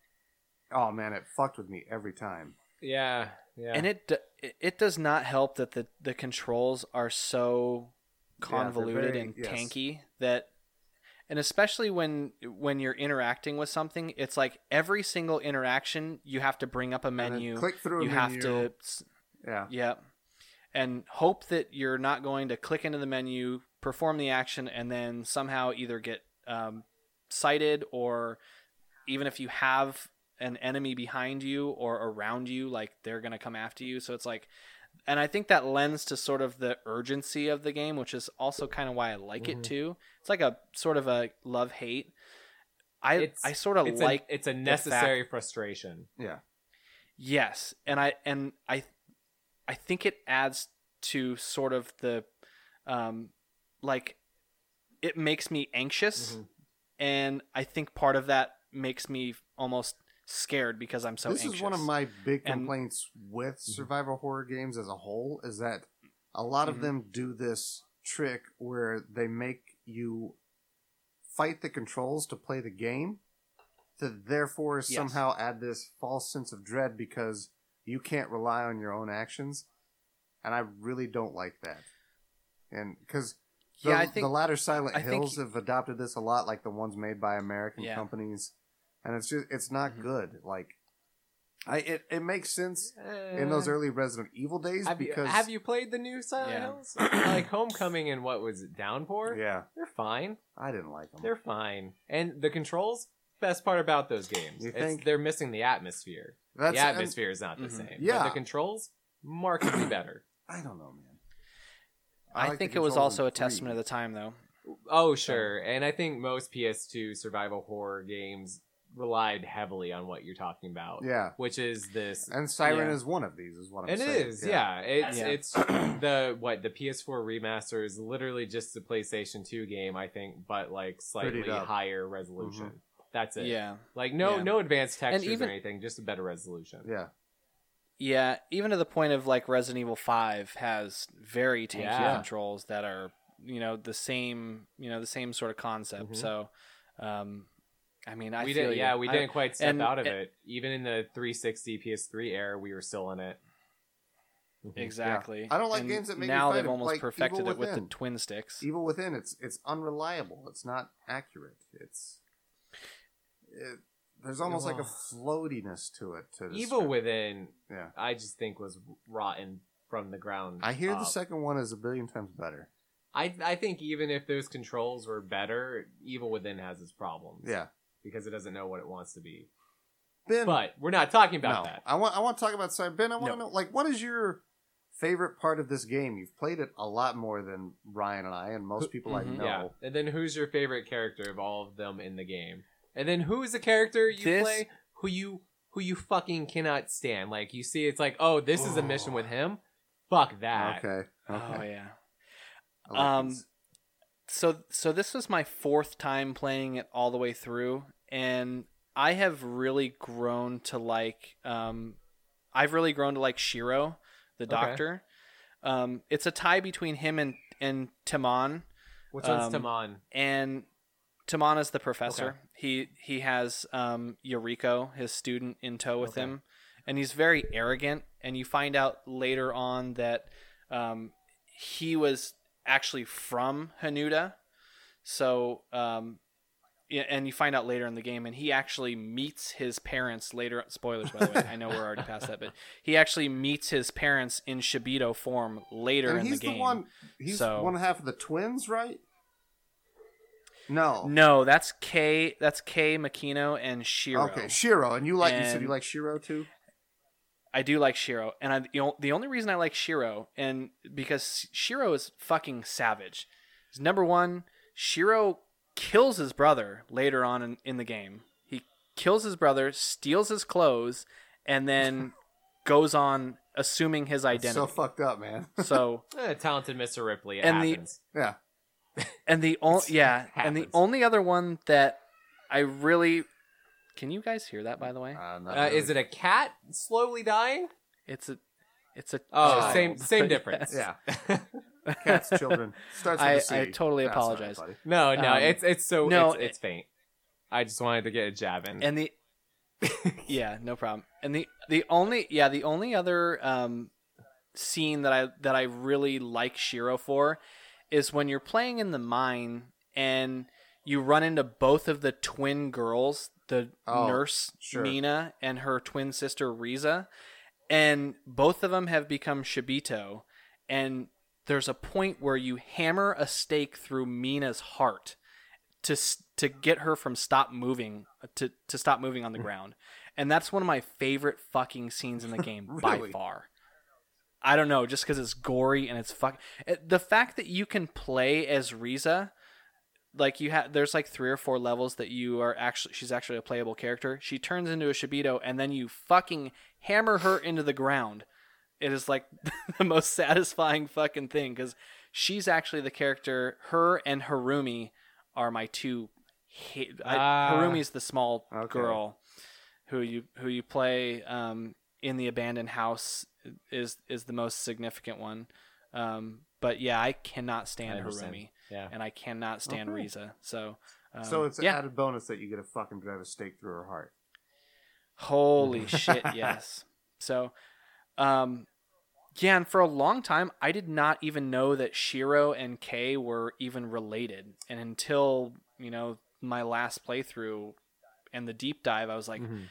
S1: oh man, it fucked with me every time.
S3: Yeah, yeah.
S2: and it d- it does not help that the the controls are so
S1: they're
S2: convoluted
S1: very-
S2: and
S1: yes.
S2: tanky that and especially when when you're interacting with something it's like every single interaction you have to bring up a
S1: And then
S2: menu
S1: click through. a
S2: you have
S1: menu.
S2: to s-
S1: yeah.
S2: yeah and hope that you're not going to click into the menu perform the action and then somehow either get um, sighted or even if you have an enemy behind you or around you like they're going to come after you so it's like and i think that lends to sort of the urgency of the game which is also kind of why i like
S3: Mhm.
S2: it too it's like a sort of a love hate i
S3: It's-
S2: i sort of
S3: it's
S2: like
S3: a, it's a necessary frustration.
S1: Yeah.
S2: Yes, and I and I, I think it adds to sort of the, um, like, it makes me anxious,
S1: Mm-hmm.
S3: Mhm.
S2: and I think part of that makes me almost scared because I'm so
S1: this
S2: anxious.
S1: is one of my big
S2: And- Mm-hmm.
S1: complaints with survival horror games as a whole is that a lot of
S2: Mhm.
S1: them do this trick where they make you fight the controls to play the game to therefore somehow add this false sense of dread because you can't rely on your own actions and i really don't like that and because the,
S2: yeah. I think
S1: the latter Silent
S2: I think-
S1: Hills have adopted this a lot, like the ones made by American
S2: Yeah.
S1: companies, and it's just it's not
S2: Mhm.
S1: good. Like, I it, it makes sense in those early Resident Evil days
S3: Uh, have
S1: because
S3: you, have you played the new Silent
S2: Yeah.
S3: Hills? like Homecoming and what was it? Downpour.
S1: yeah,
S3: They're fine.
S1: I didn't like them.
S3: They're fine. And the controls. Best part about those games.
S1: You
S3: It's-
S1: think?
S3: they're missing the atmosphere.
S1: That's and-
S3: the
S1: Mm-hmm.
S3: atmosphere is not the
S2: Mhm.
S3: same.
S1: Yeah.
S3: But the controls markedly better.
S1: I don't know, man.
S2: I,
S1: like the
S2: think it was
S1: controls
S2: also
S1: in
S2: a testament of
S1: three.
S2: the time, though.
S3: Oh sure, and I think most PS2 survival horror games relied heavily on what you're talking about,
S1: yeah.
S3: which is this
S1: And Siren
S2: Yeah.
S1: is one of these, is what I'm
S3: It is,
S1: saying.
S3: yeah. It's
S2: Yeah. [clears throat]
S3: it's the what the PS4 remaster is literally just the PlayStation 2 game, I think, but like slightly
S1: Prettied up.
S3: higher resolution. That's it.
S2: Yeah,
S3: Like no
S2: Yeah.
S3: no advanced textures
S2: even-
S3: or anything, just a better resolution.
S1: yeah,
S2: yeah. Even to the point of like Resident Evil Five has very tanky
S3: Yeah.
S2: controls that are you know the same you know the same sort of concept.
S1: Mm-hmm.
S3: Mhm.
S2: So, um, I mean, I
S3: we
S2: feel
S3: didn't.
S2: you.
S3: Yeah, we
S2: I-
S3: didn't quite step
S2: and-
S3: out of
S2: and-
S3: it. Even in the 360 PS3 era, we were still in it.
S2: Mm-hmm. Exactly.
S1: I don't like
S2: And
S1: games that make me
S2: now
S1: fight
S2: they've
S1: it,
S2: almost
S1: like Evil
S2: perfected it with the
S1: Within.
S2: twin sticks.
S1: Evil Within, it's it's unreliable. It's not accurate. It's it, there's almost like
S3: Well-
S1: a floatiness to it. To
S3: Evil
S1: describe-
S3: Within,
S1: yeah.
S3: I just think was rotten from the ground.
S1: I hear the
S2: Uh,
S3: up.
S1: second one is a billion times better.
S3: I I think even if those controls were better, Evil Within has its problems
S1: Yeah.
S3: because it doesn't know what it wants to be.
S1: Ben,
S3: But we're not talking
S1: no,
S3: about that.
S1: I want I want to talk about sorry, Ben. I want to
S2: No.
S1: know like what is your favorite part of this game? You've played it a lot more than Ryan and I, and most people
S2: Mhm.
S1: I know.
S3: Yeah. And then who's your favorite character of all of them in the game? And then who is the character you
S2: This-
S3: play who you who you fucking cannot stand? Like you see, it's like, oh, this is a mission with him. Fuck that.
S1: Okay.
S2: Oh
S1: Okay.
S2: yeah.
S1: I like
S2: um,
S1: this.
S2: So so this was my fourth time playing it all the way through, and I have really grown to like. Um, I've really grown to like Shiro, the
S3: Okay.
S2: doctor. Um, it's a tie between him and and Timon,
S3: Which one's
S2: Um,
S3: Timon?
S2: and Timon is the professor. He he has um, Yuriko, his student, in tow with
S3: Okay.
S2: him, and he's very arrogant. And you find out later on that um, he was actually from Hanuda. So, um, yeah, and you find out later in the game, and he actually meets his parents later. Spoilers, by the way. I know we're already past that, but he actually meets his parents in Shibito form later
S1: and
S2: in
S1: he's
S2: the game.
S1: one. He's
S2: so-
S1: one half of the twins, right? No.
S2: No, that's K. That's K. Makino and Shiro.
S1: Okay, Shiro, and you like you said
S2: And-
S1: you like Shiro too.
S2: I do like Shiro, and I the on- the only reason I like Shiro, and because Shiro is fucking savage. Is number one, Shiro kills his brother later on in, in the game. He kills his brother, steals his clothes,
S1: [laughs]
S2: and then goes on assuming his
S1: It's
S2: identity.
S1: so fucked up, man. [laughs]
S2: so
S3: Eh, talented Mr. Ripley. It
S2: And the-
S3: happens.
S1: Yeah,
S2: And the only yeah, and the
S3: happens.
S2: only other one that I really can you guys hear that by the way?
S1: uh, not
S3: uh, is
S1: really.
S3: it a cat slowly dying?
S2: It's a it's a
S3: Oh,
S1: Child.
S2: [laughs]
S3: same same
S2: Yes.
S3: difference.
S1: Yeah, cats, children. Starts with
S2: I-
S1: a C.
S2: I totally
S1: That's not
S2: apologize.
S1: funny.
S3: No, no,
S2: Um,
S3: it's it's so
S2: no,
S3: it's, it's faint. I just wanted to get a jab in.
S2: And the [laughs] yeah, no problem. And the the only yeah the only other um, scene that I that I really like Shiro for is when you're playing in the mine and you run into both of the twin girls, the
S1: Oh,
S2: nurse
S1: sure.
S2: Nina and her twin sister Riza, and both of them have become Shibito, and there's a point where you hammer a stake through Mina's heart to s- to get her from stop moving to to stop moving on the ground. And that's one of my favorite fucking scenes in the game by
S1: Really?
S2: far. I don't know, just cuz it's gory and it's fuck it- the fact that you can play as Riza like you have there's like three or four levels that you are actually she's actually a playable character. She turns into a Shibito and then you fucking hammer her into the ground. It is like [laughs] the most satisfying fucking thing cuz she's actually the character her and Harumi are my two ha- I,
S3: Ah.
S2: Harumi's the small
S1: Okay.
S2: girl who you who you play um, in the abandoned house is is the most significant one. Um, but yeah, I cannot stand
S3: understand.
S2: Harumi
S3: yeah.
S2: and I cannot stand
S1: Okay.
S2: Riza. So um,
S1: so it's an
S2: yeah.
S1: added bonus that you get a fucking drive a stake through her heart.
S2: Holy shit, yes. So, um, yeah, and for a long time, I did not even know that Shiro and Kay were even related. And until, you know, my last playthrough and the deep dive, I was like,
S3: Mhm.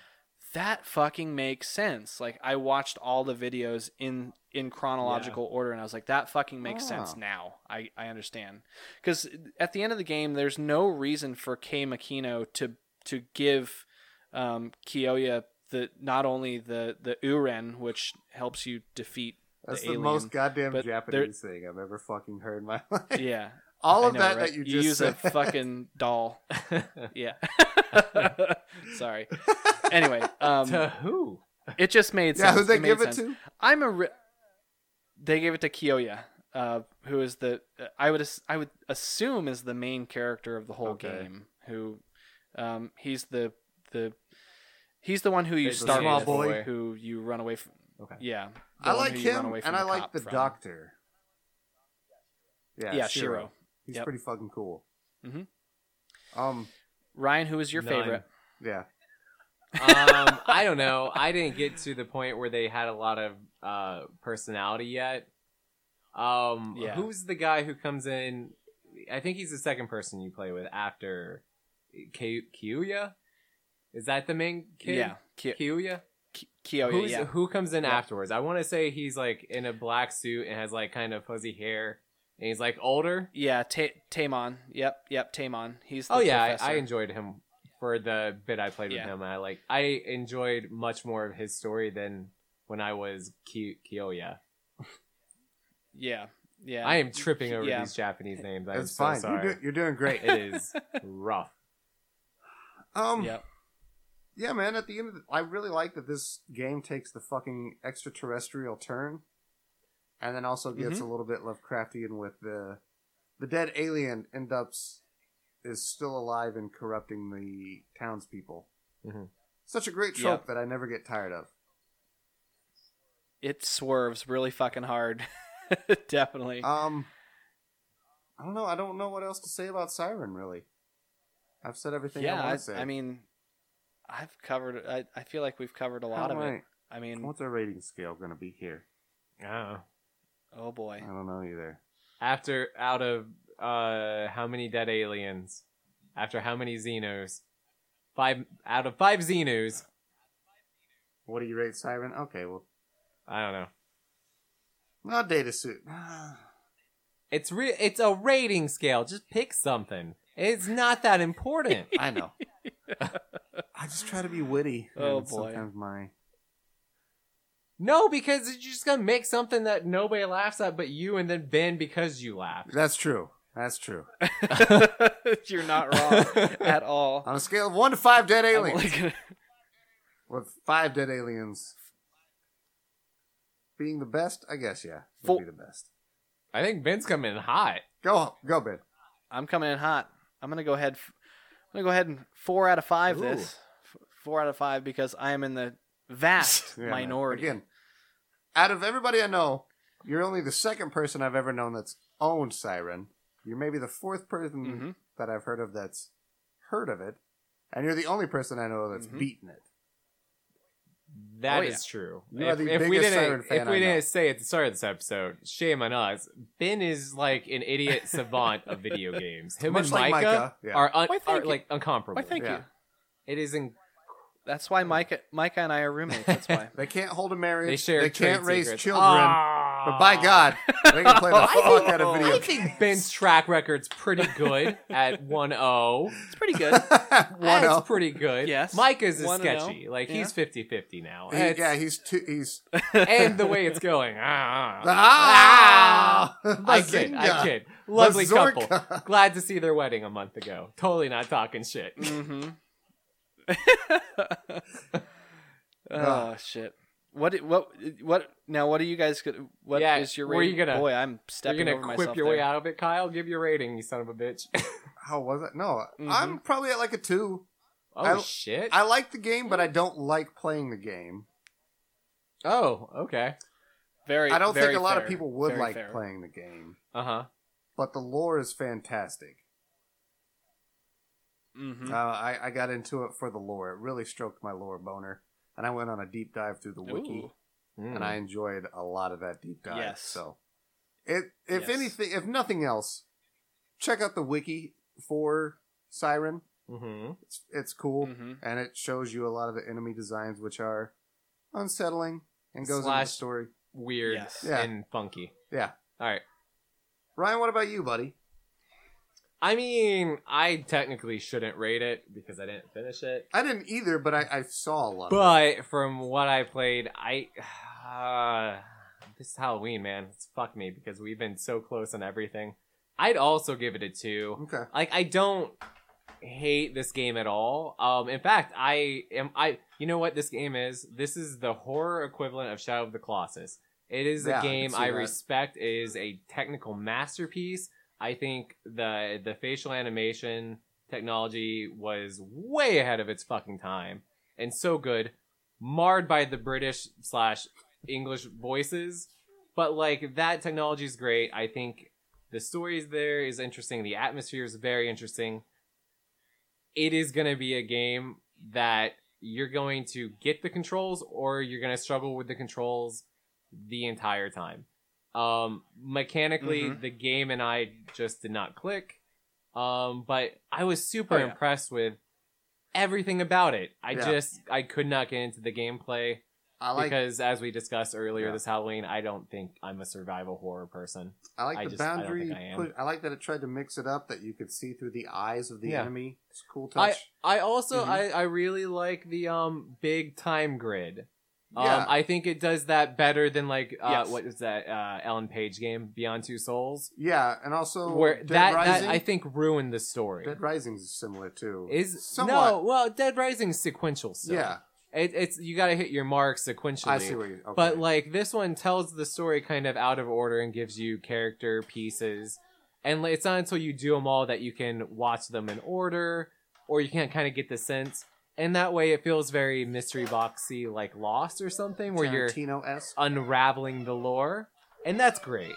S2: that fucking makes sense. Like, I watched all the videos in in chronological order and I was like that fucking makes sense
S1: Ah.
S2: now. I I understand. Cuz at the end of the game there's no reason for Kay Makino to to give um, Kyoya the not only the the Uren, which helps you
S1: [laughs]
S2: defeat.
S1: That's the,
S2: alien,
S1: most goddamn
S2: but there-
S1: Japanese thing I've ever fucking heard in my [laughs] life.
S2: Yeah,
S1: All
S2: I
S1: of
S2: know,
S1: that
S2: right?
S1: that you just
S2: use
S1: said. [laughs]
S2: a fucking doll. Yeah. [laughs] Sorry. Anyway,
S3: to
S1: [laughs]
S2: um,
S3: who?
S2: it just made sense.
S1: yeah, who they
S2: made
S1: give it
S2: sense.
S1: to?
S2: I'm a. Re- they gave it to Kyoya, uh, who is the I would as- I would assume is the main character of the whole
S1: Okay.
S2: game. Who, um, he's the the. He's the one who you
S3: He's the
S2: start
S1: small
S2: with,
S1: boy.
S2: who you run away from.
S3: Okay.
S2: Yeah, the
S1: I
S2: one
S1: like
S2: who you run
S1: him,
S2: away
S1: and
S2: from
S1: I like
S2: cop
S1: the
S2: from.
S1: doctor.
S2: Yeah, Shiro.
S1: He's
S2: Yep.
S1: pretty fucking cool.
S2: Mhm.
S1: Um.
S2: Ryan, who is your
S3: None.
S2: favorite?
S1: Yeah.
S3: um, I don't know. I didn't get to the point where they had a lot of uh, personality yet. Um,
S2: Yeah.
S3: who's the guy who comes in? I think he's the second person you play with after K- Kyuya. Is that the main kid?
S2: Yeah, Ki-
S3: Kyuya.
S2: Ki- Kiyoya.
S3: Who's,
S2: Yeah,
S3: Who comes in
S2: Yeah.
S3: afterwards? I want to say he's like in a black suit and has like kind of fuzzy hair, and he's like older.
S2: yeah. Ta- Tamon. Yep, yep. Tamon. He's. The
S3: Oh yeah,
S2: professor.
S3: I, I enjoyed him for the bit I played
S2: Yeah.
S3: with him. And I like I enjoyed much more of his story than when I was Ki- Kiyoya.
S2: Yeah. Yeah.
S3: I am tripping over
S2: Yeah.
S3: these Japanese names. I'm
S1: That's
S3: so
S1: fine. You're,
S3: sorry.
S1: do- you're doing great.
S2: [laughs]
S3: it is rough.
S1: Um,
S2: Yep.
S1: yeah, man. At the end, of the, I really like that this game takes the fucking extraterrestrial turn, and then also gets
S2: Mm-hmm.
S1: a little bit Lovecraftian with the the dead alien end up s- is still alive and corrupting the townspeople.
S2: Mm-hmm.
S3: Mhm.
S1: Such a great trope that I never get tired of.
S2: It swerves really fucking hard. [laughs] Definitely.
S1: Um, I don't know. I don't know what else to say about Siren. Really, I've said everything I
S2: yeah.
S1: want
S2: I,
S1: to say.
S2: I mean, I've covered. I, I feel like we've covered a lot of it. I mean,
S1: What's our rating scale going to be here?
S3: Oh.
S2: oh boy.
S1: I don't know either.
S3: After out of uh how many dead aliens? After how many Xenos? Five out of five Xenos.
S1: What do you rate Siren? Okay, well,
S3: I don't know.
S1: not data suit. Ah,
S3: It's re- it's a rating scale. Just pick something. It's not
S2: [laughs]
S3: that important.
S1: I know. I just try to be witty.
S2: Oh,
S1: and
S2: boy.
S1: Sometimes my
S3: no, because you're just gonna make something that nobody laughs at but you, and then Ben because you laughed.
S1: that's true. That's true. Oh.
S2: [laughs] You're not wrong
S1: [laughs]
S2: at all.
S1: On a scale of one to five dead
S2: I'm
S1: aliens,
S2: only gonna-
S1: with five dead aliens being the best, I guess. Yeah, would
S2: Four-
S1: be the best.
S3: I think Ben's coming in hot.
S1: Go, go, Ben.
S2: I'm coming in hot. I'm gonna go ahead. f- I'm gonna go ahead and four out of five
S3: Ooh.
S2: this. F- Four out of five because I am in the vast
S1: [laughs] Yeah, man.
S2: minority.
S1: Again, out of everybody I know, you're only the second person I've ever known that's owned Siren. You're maybe the fourth person
S2: Mhm.
S1: that I've heard of that's heard of it, and you're the only person I know that's
S2: Mhm.
S1: beaten it.
S3: That
S2: Oh,
S3: is
S2: yeah.
S3: true.
S1: You are the
S3: we
S1: biggest
S3: didn't,
S1: Siren fan
S3: if we
S1: I know.
S3: didn't say at the start of this episode, shame on us. Ben is like an idiot savant of
S1: [laughs]
S3: video games. Him
S1: Much
S3: and
S1: like
S3: Micah,
S1: Micah, yeah.
S3: are, un-
S2: Why, thank
S3: are
S2: you.
S3: like uncomparable.
S2: Why, thank
S1: Yeah.
S2: you.
S3: it is. In-
S2: That's why Micah, Micah and I are roommates.
S1: [laughs]
S2: That's why.
S1: They can't hold a marriage.
S3: they share.
S1: can't
S3: trade
S1: raise
S3: secrets.
S1: children.
S3: Ah.
S1: But by God, they can
S3: [laughs]
S1: play the
S2: I
S1: fuck
S2: think-
S1: out of video.
S3: I think Ben's track record's pretty
S1: [laughs]
S3: good at oh. 1 0.
S2: It's pretty good.
S1: One
S3: That's
S1: oh.
S3: pretty good.
S2: Yes.
S3: Micah's is
S2: 1-0.
S3: sketchy. Like, he's
S2: Yeah.
S3: 50 50 now.
S1: He-
S3: It's-
S1: yeah, he's two.
S3: [laughs]
S1: He's [laughs]
S3: and the way it's going. ah, ah,
S1: ah.
S3: I kid. I
S1: Bazinga.
S3: kid. Lovely
S1: Bazorka.
S3: couple. Glad to see their wedding a month ago. Totally not talking shit.
S1: Mm.
S3: [laughs]
S2: hmm [laughs] oh
S1: Ah.
S2: shit! What? did- What? What? Now, what are you guys gonna? What is
S3: Yeah,
S2: your
S3: where you
S2: rating?
S3: gonna-
S2: Boy, I'm
S3: You're
S2: stepping
S3: gonna
S2: over
S3: quip
S2: myself.
S3: your
S2: there.
S3: way out of it, Kyle. Give your rating, you son of a bitch. [laughs]
S1: How was it? No,
S3: Mm-hmm.
S2: Mhm.
S1: I'm probably at like a two.
S3: oh
S1: I-
S3: shit.
S1: I like the game, but I don't like playing the game.
S3: oh, okay.
S2: Very.
S1: I don't
S2: very
S1: think a lot
S2: fair.
S1: of people would
S2: Very
S1: like
S2: fair.
S1: playing the game,
S3: Uh huh.
S1: but the lore is fantastic.
S2: Mhm. Mm-hmm. Hmm?
S1: Uh, I, I got into it for the lore. It really stroked my lore boner, and I went on a deep dive through the wiki,
S2: Ooh.
S3: Hmm.
S1: and I enjoyed a lot of that deep dive.
S2: Yes.
S1: So, it, if
S2: Yes.
S1: anything, if nothing else, check out the wiki for Siren.
S3: Mm-hmm.
S1: It's it's cool,
S2: Mhm.
S1: and it shows you a lot of the enemy designs, which are unsettling, and goes into the
S3: Slash-
S1: story.
S3: Weird
S2: Yes.
S1: Yeah.
S3: and funky.
S1: Yeah,
S3: All right.
S1: Ryan, what about you, buddy?
S3: I mean, I technically shouldn't rate it because I didn't finish it.
S1: I didn't either, but I, I saw a lot. of
S3: But from what I played, I [sighs] uh, this Halloween, man, it's fucked me because we've been so close on everything. I'd also give it a two.
S1: it. okay,
S3: like I don't hate this game at all. Um, in fact, I am I. You know what this game is? This is the horror equivalent of Shadow of the Colossus. It is
S1: Yeah, I
S3: a
S1: can
S3: game
S1: see
S3: I
S1: that.
S3: respect. It is a technical masterpiece. I think the the facial animation technology was way ahead of its fucking time and so good, marred by the British slash English voices. But like that technology is great. I think the stories there is interesting. The atmosphere is very interesting. It is going to be a game that you're going to get the controls or you're going to struggle with the controls the entire time. Um, mechanically,
S2: Mhm.
S3: the game and I just did not click. Um, but I was super
S2: Oh, yeah.
S3: impressed with everything about it. I
S1: Yeah.
S3: just I could not get into the gameplay.
S1: I like
S3: because as we discussed earlier
S1: Yeah.
S3: this Halloween, I don't think I'm a survival horror person.
S1: I like
S3: I
S1: the
S3: just- I don't
S1: boundary.
S3: think
S1: you
S3: I am.
S1: put- I like that it tried to mix it up that you could see through the eyes of the
S3: Yeah.
S1: enemy. It's a cool touch.
S3: I also
S1: Mhm.
S3: I, I really like the um big time grid. Um,
S1: yeah,
S3: I think it does that better than like uh,
S2: Yes.
S3: what is that uh, Ellen Page game Beyond Two Souls,
S1: yeah, and also
S3: where
S1: Oh, Dead
S3: that, that
S1: Rising.
S3: I think ruined the story.
S1: Dead Rising's similar too.
S3: is
S1: Somewhat.
S3: no well Dead Rising's sequential still.
S1: yeah,
S3: it, it's you got to hit your mark sequentially.
S1: I see where you. Okay.
S3: But like this one tells the story kind of out of order and gives you character pieces, and like, it's not until you do them all that you can watch them in order, or you can kind of get the sense. And that way, it feels very mystery boxy, like Lost or something, where you're
S1: Tarantino esque.
S3: unraveling the lore, and that's great.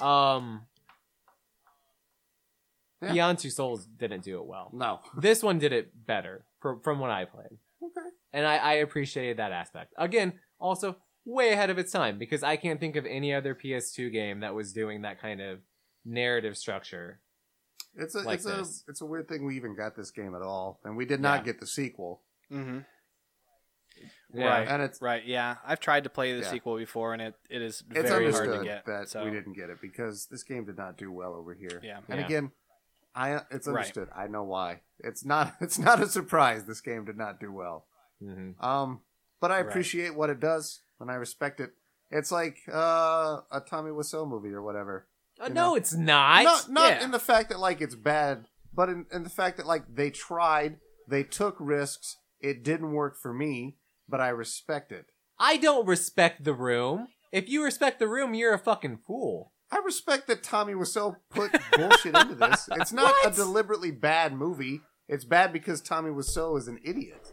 S3: Um,
S1: Yeah.
S3: Beyond Two Souls didn't do it well.
S1: No.
S3: This one did it better from from what I played
S1: Okay.
S3: and I, I appreciated that aspect. Again, also way ahead of its time because I can't think of any other PS2 game that was doing that kind of narrative structure.
S1: It's a
S3: Like
S1: it's a
S3: this.
S1: it's a weird thing we even got this game at all, and we did not
S3: Yeah.
S1: get the sequel.
S2: Mm-hmm.
S3: Yeah.
S2: Right.
S1: And it's
S2: Right. Yeah, I've tried to play the
S1: Yeah.
S2: sequel before, and it, it is
S1: it's
S2: very hard to
S1: understood
S2: get.
S1: that
S2: so.
S1: we didn't get it because this game did not do well over here.
S2: Yeah.
S1: And
S3: Yeah.
S1: again, I it's
S2: Right.
S1: understood. I know why. It's not [laughs] it's not a surprise this game did not do well.
S3: Mm-hmm.
S1: Um, but I
S2: Right.
S1: appreciate what it does and I respect it. It's like uh, a Tommy Wiseau movie or whatever.
S3: Uh,
S1: You
S3: no,
S1: know.
S3: it's not.
S1: not not
S2: yeah.
S1: in the fact that like it's bad, but in, in the fact that like they tried, they took risks. It didn't work for me, but I respect it.
S3: I don't respect the room. If you respect the room, you're a fucking fool.
S1: I respect that Tommy Wiseau
S2: [laughs]
S1: put bullshit into this. It's not
S3: What?
S1: a deliberately bad movie. It's bad because Tommy Wiseau is an idiot.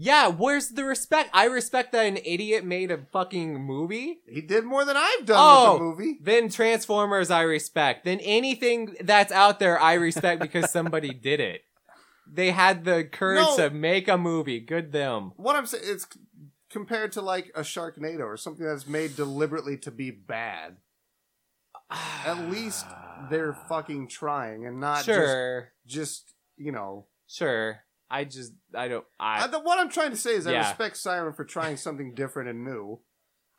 S3: Yeah, where's the respect? I respect that an idiot made a fucking movie.
S1: He did more than I've done
S3: Oh.
S1: with the movie.
S3: Then Transformers, I respect. Then anything that's out there, I respect because somebody did it. They had the courage
S1: No.
S3: to make a movie. Good them. [sighs]
S1: What I'm saying, it's c- compared to like a Sharknado or something that's made deliberately to be bad. At least
S3: [sighs]
S1: they're fucking trying and not
S3: sure,
S1: just just you know.
S3: sure. I just I don't
S1: I,
S3: I
S1: the, what I'm trying to say is I
S3: Yeah.
S1: respect Siren for trying something different and new.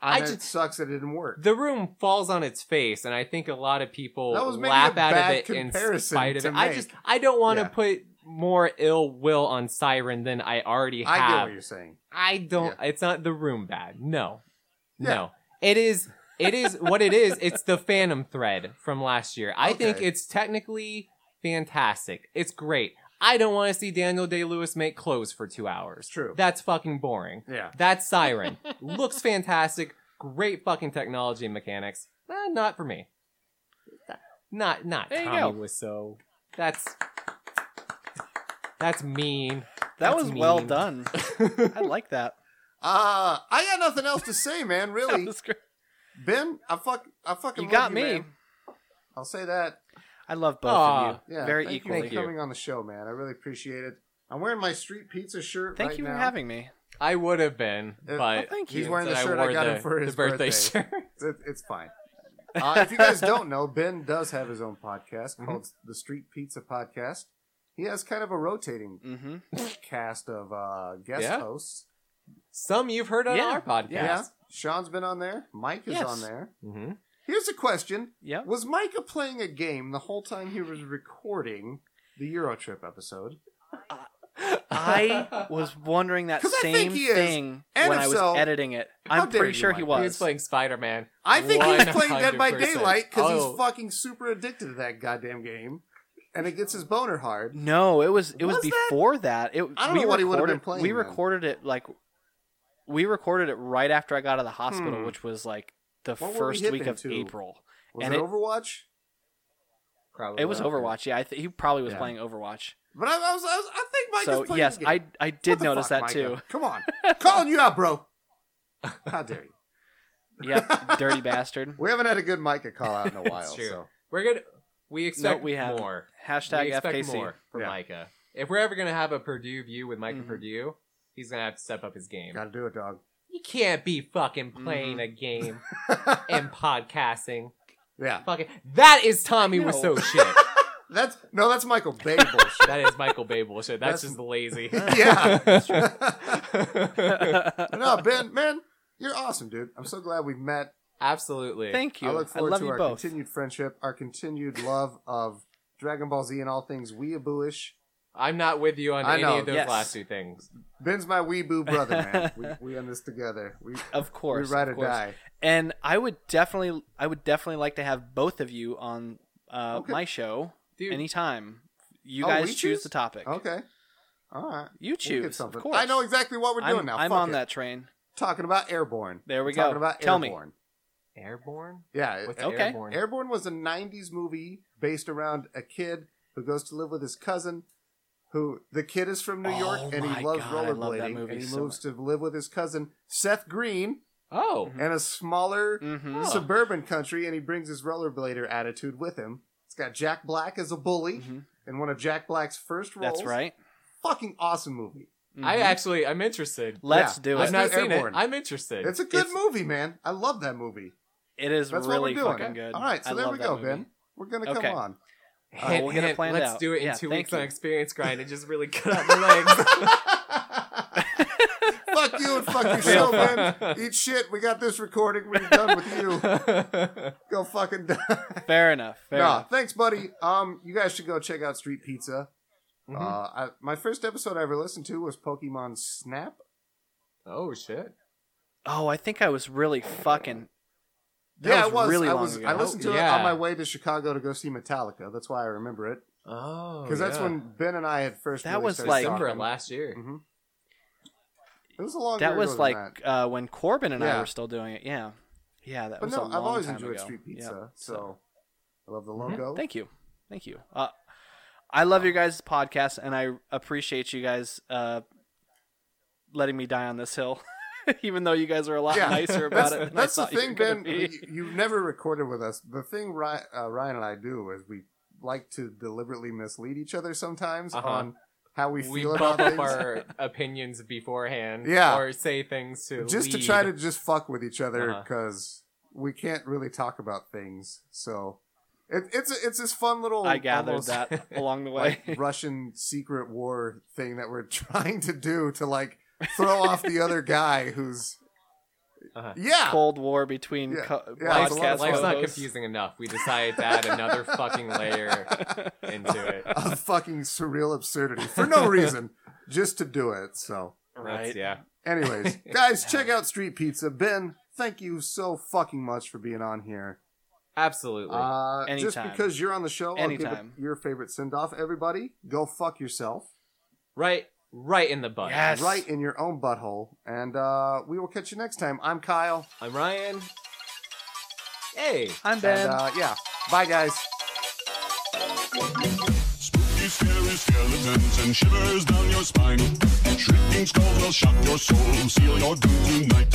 S1: And
S3: I
S1: it
S3: just-
S1: sucks that it didn't work.
S3: the room falls on its face, and I think a lot of people
S1: That was maybe a
S3: laugh out
S1: bad
S3: of it in
S1: comparison
S3: spite of
S1: to
S3: it. I
S1: make.
S3: just I don't want to
S1: Yeah.
S3: put more ill will on Siren than I already
S1: I get
S3: have.
S1: what you're saying.
S3: I don't. It's not the room bad. No,
S1: Yeah.
S3: no. It is. It is what it is. It's the Phantom Thread from last year. I think
S1: Okay.
S3: it's technically fantastic. It's great. I don't want to see Daniel Day Lewis make clothes for two hours.
S1: True.
S3: That's fucking boring.
S1: Yeah.
S3: That's Siren. Looks fantastic. Great fucking technology and mechanics. Eh, not for me. Not not
S2: There you
S3: Tommy
S2: go.
S3: was so. That's that's mean.
S2: that
S3: That's
S2: was well
S1: [laughs]
S3: mean.
S2: done. I like that.
S1: Uh, I got nothing else to say,
S3: [laughs]
S1: man.
S2: [laughs] that
S1: Really,
S2: was great.
S1: Ben, I fuck, I fucking
S2: You
S1: love
S2: got me.
S1: man. I'll say that.
S2: I love both of
S3: Aw,
S2: you
S1: Yeah,
S2: very
S1: thank
S2: equally.
S1: you for coming on the show, man. I really appreciate it. I'm wearing my street pizza shirt.
S2: Thank
S1: right
S2: you for
S1: now.
S2: having me.
S3: I would have been,
S1: Uh,
S3: but
S1: well,
S2: thank
S1: He's
S2: you.
S1: wearing the
S3: that
S1: shirt I,
S3: wore
S1: got
S3: the,
S1: him for
S3: the
S1: his
S3: birthday,
S1: birthday.
S3: shirt. [laughs]
S1: It, it's fine. Uh, if you guys don't know, Ben does have his own podcast called the Street Pizza Podcast. He has kind of a rotating
S2: Mm-hmm.
S1: cast of uh, guest
S3: Yeah.
S1: hosts.
S3: Some you've heard on
S2: Yeah.
S3: our podcast.
S1: Yeah, Sean's been on there. Mike is
S2: Yes.
S1: on there.
S3: Mm-hmm.
S1: Here's a question:
S2: Yep.
S1: Was Micah playing a game the whole time he was recording the Eurotrip episode? [laughs]
S2: I was wondering that
S1: Because I
S2: same
S1: think he is.
S2: thing
S1: And
S2: when
S1: if
S2: I was
S1: so,
S2: editing it.
S1: how
S2: I'm
S1: dare
S2: pretty
S1: you,
S2: sure he
S1: Mike.
S2: was.
S3: He was playing Spider Man.
S1: I think he was playing Dead by
S3: 100%.
S1: Daylight because
S3: Oh.
S1: he's fucking super addicted to that goddamn game, and it gets his boner hard.
S2: No, it was it was,
S1: Was that?
S2: before that. It
S1: I don't
S2: we
S1: know what he would've
S2: recorded,
S1: been playing
S2: We
S1: then.
S2: recorded it like we recorded it right after I got out of the hospital,
S1: Hmm.
S2: which was like the
S1: What were we
S2: first week
S1: hitting
S2: of
S1: to?
S2: April.
S1: Was
S2: And
S1: it,
S2: it-
S1: Overwatch?
S3: Probably
S2: It was Overwatch. Yeah, I th- he probably was
S3: Oh, Yeah.
S2: playing Overwatch.
S1: But I, I was, I was, I think Mike was
S2: so
S1: playing.
S2: yes,
S1: the game.
S2: I I
S1: What
S2: did
S1: the
S2: notice
S1: fuck,
S2: that too.
S1: Micah? Come on, calling you out,
S2: [laughs]
S1: bro. How dare you? [laughs]
S2: yep, dirty bastard.
S1: We haven't had a good Micah call out in a while.
S3: It's true.
S1: So.
S3: We're gonna. We expect
S2: we haven't.
S3: more. we
S2: Hashtag
S3: expect
S2: FKC.
S3: more [laughs] from
S1: Yeah.
S3: Micah. If we're ever gonna have a Purdue view with Micah
S2: Mhm.
S3: Purdue, he's gonna have to step up his game.
S1: Gotta do it, dog.
S3: You can't be fucking
S2: Mm-hmm.
S3: playing
S1: [laughs]
S3: a game and podcasting.
S1: yeah,
S3: Fucking that is Tommy
S2: No.
S3: Wiseau shit.
S1: that's no, that's Michael
S2: [laughs]
S1: Bay bullshit.
S3: that is Michael Bay bullshit. That's,
S1: [laughs] That's-
S3: just lazy.
S1: [laughs] yeah.
S3: That's true.
S1: no, Ben, man, You're awesome, dude. I'm so glad we met.
S2: [laughs]
S3: Absolutely.
S2: Thank you.
S1: I
S2: I,
S1: look forward
S2: love
S1: to
S2: you
S1: our
S2: both.
S1: continued friendship, our continued love of Dragon Ball Z and all things weeaboo-ish.
S3: I'm not with you on
S1: I
S3: any
S1: know,
S3: of those
S2: yes.
S3: last two things.
S1: Ben's my weeboo brother,
S2: [laughs]
S1: man. we, we on this together. We,
S2: Of
S1: we
S2: course.
S1: ride
S2: of
S1: or
S2: course.
S1: die.
S2: And I would definitely, I would definitely like to have both of you on uh,
S1: Okay.
S2: my show
S3: Dude,
S2: anytime. You
S1: Oh,
S2: guys
S1: we
S2: choose?
S1: choose?
S2: the topic.
S1: Okay. All right.
S2: You
S1: We'll get
S2: choose. of
S1: something.
S2: course.
S1: I know exactly what we're doing
S2: I'm,
S1: now.
S2: I'm
S1: Fuck
S2: on
S1: it.
S2: that train.
S1: Talking about Airborne.
S2: There we
S1: Talking
S2: go.
S1: about
S2: Tell me.
S1: Airborne.
S3: Airborne?
S1: Yeah.
S3: What's
S2: Uh, Okay.
S3: Airborne?
S1: Airborne was a 90s movie based around a kid who goes to live with his cousin who the kid is from New
S2: Oh
S1: York and
S2: my
S1: he loves
S2: God, I love that
S1: rollerblading
S2: movie
S1: and he
S2: so
S1: moves to live with his cousin Seth Green
S3: oh,
S2: Mhm.
S1: in a smaller
S2: Mm-hmm.
S3: Oh.
S1: suburban country and he brings his rollerblader attitude with him. It's got Jack Black as a bully in one of Jack Black's first roles.
S2: Mm-hmm. That's right.
S1: Fucking awesome movie.
S3: I
S2: Mhm.
S3: actually, I'm interested.
S2: Let's
S1: Yeah.
S2: do
S1: Let's
S3: I've
S2: it.
S1: do
S3: not seen
S1: Airborne.
S3: it. I'm interested.
S1: It's a good
S2: It's-
S1: movie, man. I love that movie.
S2: It is
S1: That's
S2: really
S1: what we're doing.
S2: fucking good.
S1: All right, so
S2: I
S1: there
S2: love
S1: we
S2: that
S1: go,
S2: movie.
S1: Ben. We're gonna
S2: Okay.
S1: come
S2: [laughs]
S1: on.
S2: All right, we're gonna plan it
S3: let's
S2: out.
S3: do it in
S2: Yeah,
S3: two
S2: thank
S3: weeks
S2: you.
S3: on Experience Grind and just really
S2: [laughs]
S3: cut out my legs.
S1: fuck you and
S2: [laughs]
S1: fuck your show, man. Eat shit. We got this recording. We're done with you.
S2: [laughs]
S3: [laughs]
S1: Go fucking die.
S2: Fair enough. Fair
S1: Nah,
S2: enough.
S1: thanks, buddy. Um, you guys should go check out Street Pizza.
S3: Mhm.
S2: Mm-hmm.
S1: Uh, I, my first episode I ever listened to was Pokemon Snap.
S3: oh shit!
S2: Oh, I think I was really fucking. That
S1: yeah,
S2: was
S1: it was.
S2: really
S1: I
S2: long
S1: was.
S2: ago.
S1: I listened to
S3: Yeah.
S1: it on my way to Chicago to go see Metallica. That's why I remember it.
S3: Oh,
S1: Because that's
S3: yeah.
S1: when Ben and I had first.
S2: That
S1: really
S2: was
S1: started
S2: like- um,
S3: December
S1: talking.
S3: last year.
S1: Mhm. It was a long. year
S2: That
S1: ago
S2: was
S1: than
S2: like
S1: that.
S2: uh, when Corbin and I
S1: Yeah.
S2: were still doing it. Yeah, yeah. That
S1: But
S2: was a
S1: no,
S2: long
S1: I've always
S2: time
S1: enjoyed
S2: ago.
S1: Street
S2: Yeah.
S1: Pizza. So I love the logo. [laughs]
S2: Thank you. Thank you. Uh, I love your guys' podcast, and I appreciate you guys uh, letting me die on this hill, [laughs] even though you guys are a lot
S1: Yeah.
S2: nicer about
S1: That's,
S2: it. Than
S1: that's
S2: [laughs] I
S1: the
S2: thought you
S1: thing,
S2: were gonna
S1: Ben.
S2: be.
S1: You, you've never recorded with us. The thing Ryan, uh, Ryan and I do is we like to deliberately mislead each other sometimes
S3: Uh-huh.
S1: on how we
S3: We,
S1: feel about
S3: bump
S1: things,
S3: up our opinions beforehand,
S1: Yeah.
S3: or say things to
S1: just to
S3: lead.
S1: try to just fuck with each other
S3: Uh-huh.
S1: because we can't really talk about things. So it, it's a- it's this fun little
S2: I gathered
S1: almost, [laughs]
S2: that along the way. [laughs]
S1: like Russian secret war thing that we're [laughs] trying to do to like throw off the other guy
S2: [laughs]
S1: who's
S3: Uh-huh.
S1: yeah
S2: Cold war between
S1: Yeah.
S2: co-
S1: Yeah,
S3: Life's,
S1: Podcast
S3: life's not
S2: hosts.
S3: confusing enough. We decided to add another fucking
S1: [laughs]
S3: layer into it.
S1: a fucking surreal absurdity for no reason, just to do it. So,
S2: Right.
S3: That's- yeah.
S2: [laughs]
S1: anyways, guys, check out Street Pizza. Ben, thank you so fucking much for being on here.
S3: Absolutely.
S1: Uh, just
S2: Anytime.
S1: because you're on the show, I'll give it
S2: Anytime.
S1: your favorite send off. Everybody, go fuck yourself
S3: right right in the butt.
S2: Yes.
S1: right in your own butthole, and uh, we will catch you next time. I'm Kyle,
S3: I'm Uh, Ryan. Hey.
S2: I'm Ben.
S1: and uh, yeah, bye guys.
S4: Spooky, scary skeletons and shivers down your spine. Shrieking skulls will shock your soul, seal your doom tonight.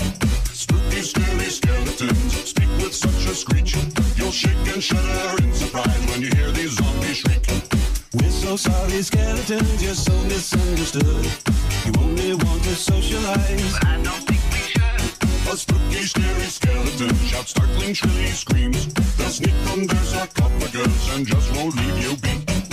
S4: Spooky, scary skeletons speak with such a screech. You'll shake and shudder in surprise when you hear these zombies shriek.
S5: We're so sorry, skeletons, you're so misunderstood. You only want to socialize.
S4: A spooky, scary skeleton shouts startling, shrilly screams. They'll sneak under sarcophagus and just won't leave you be.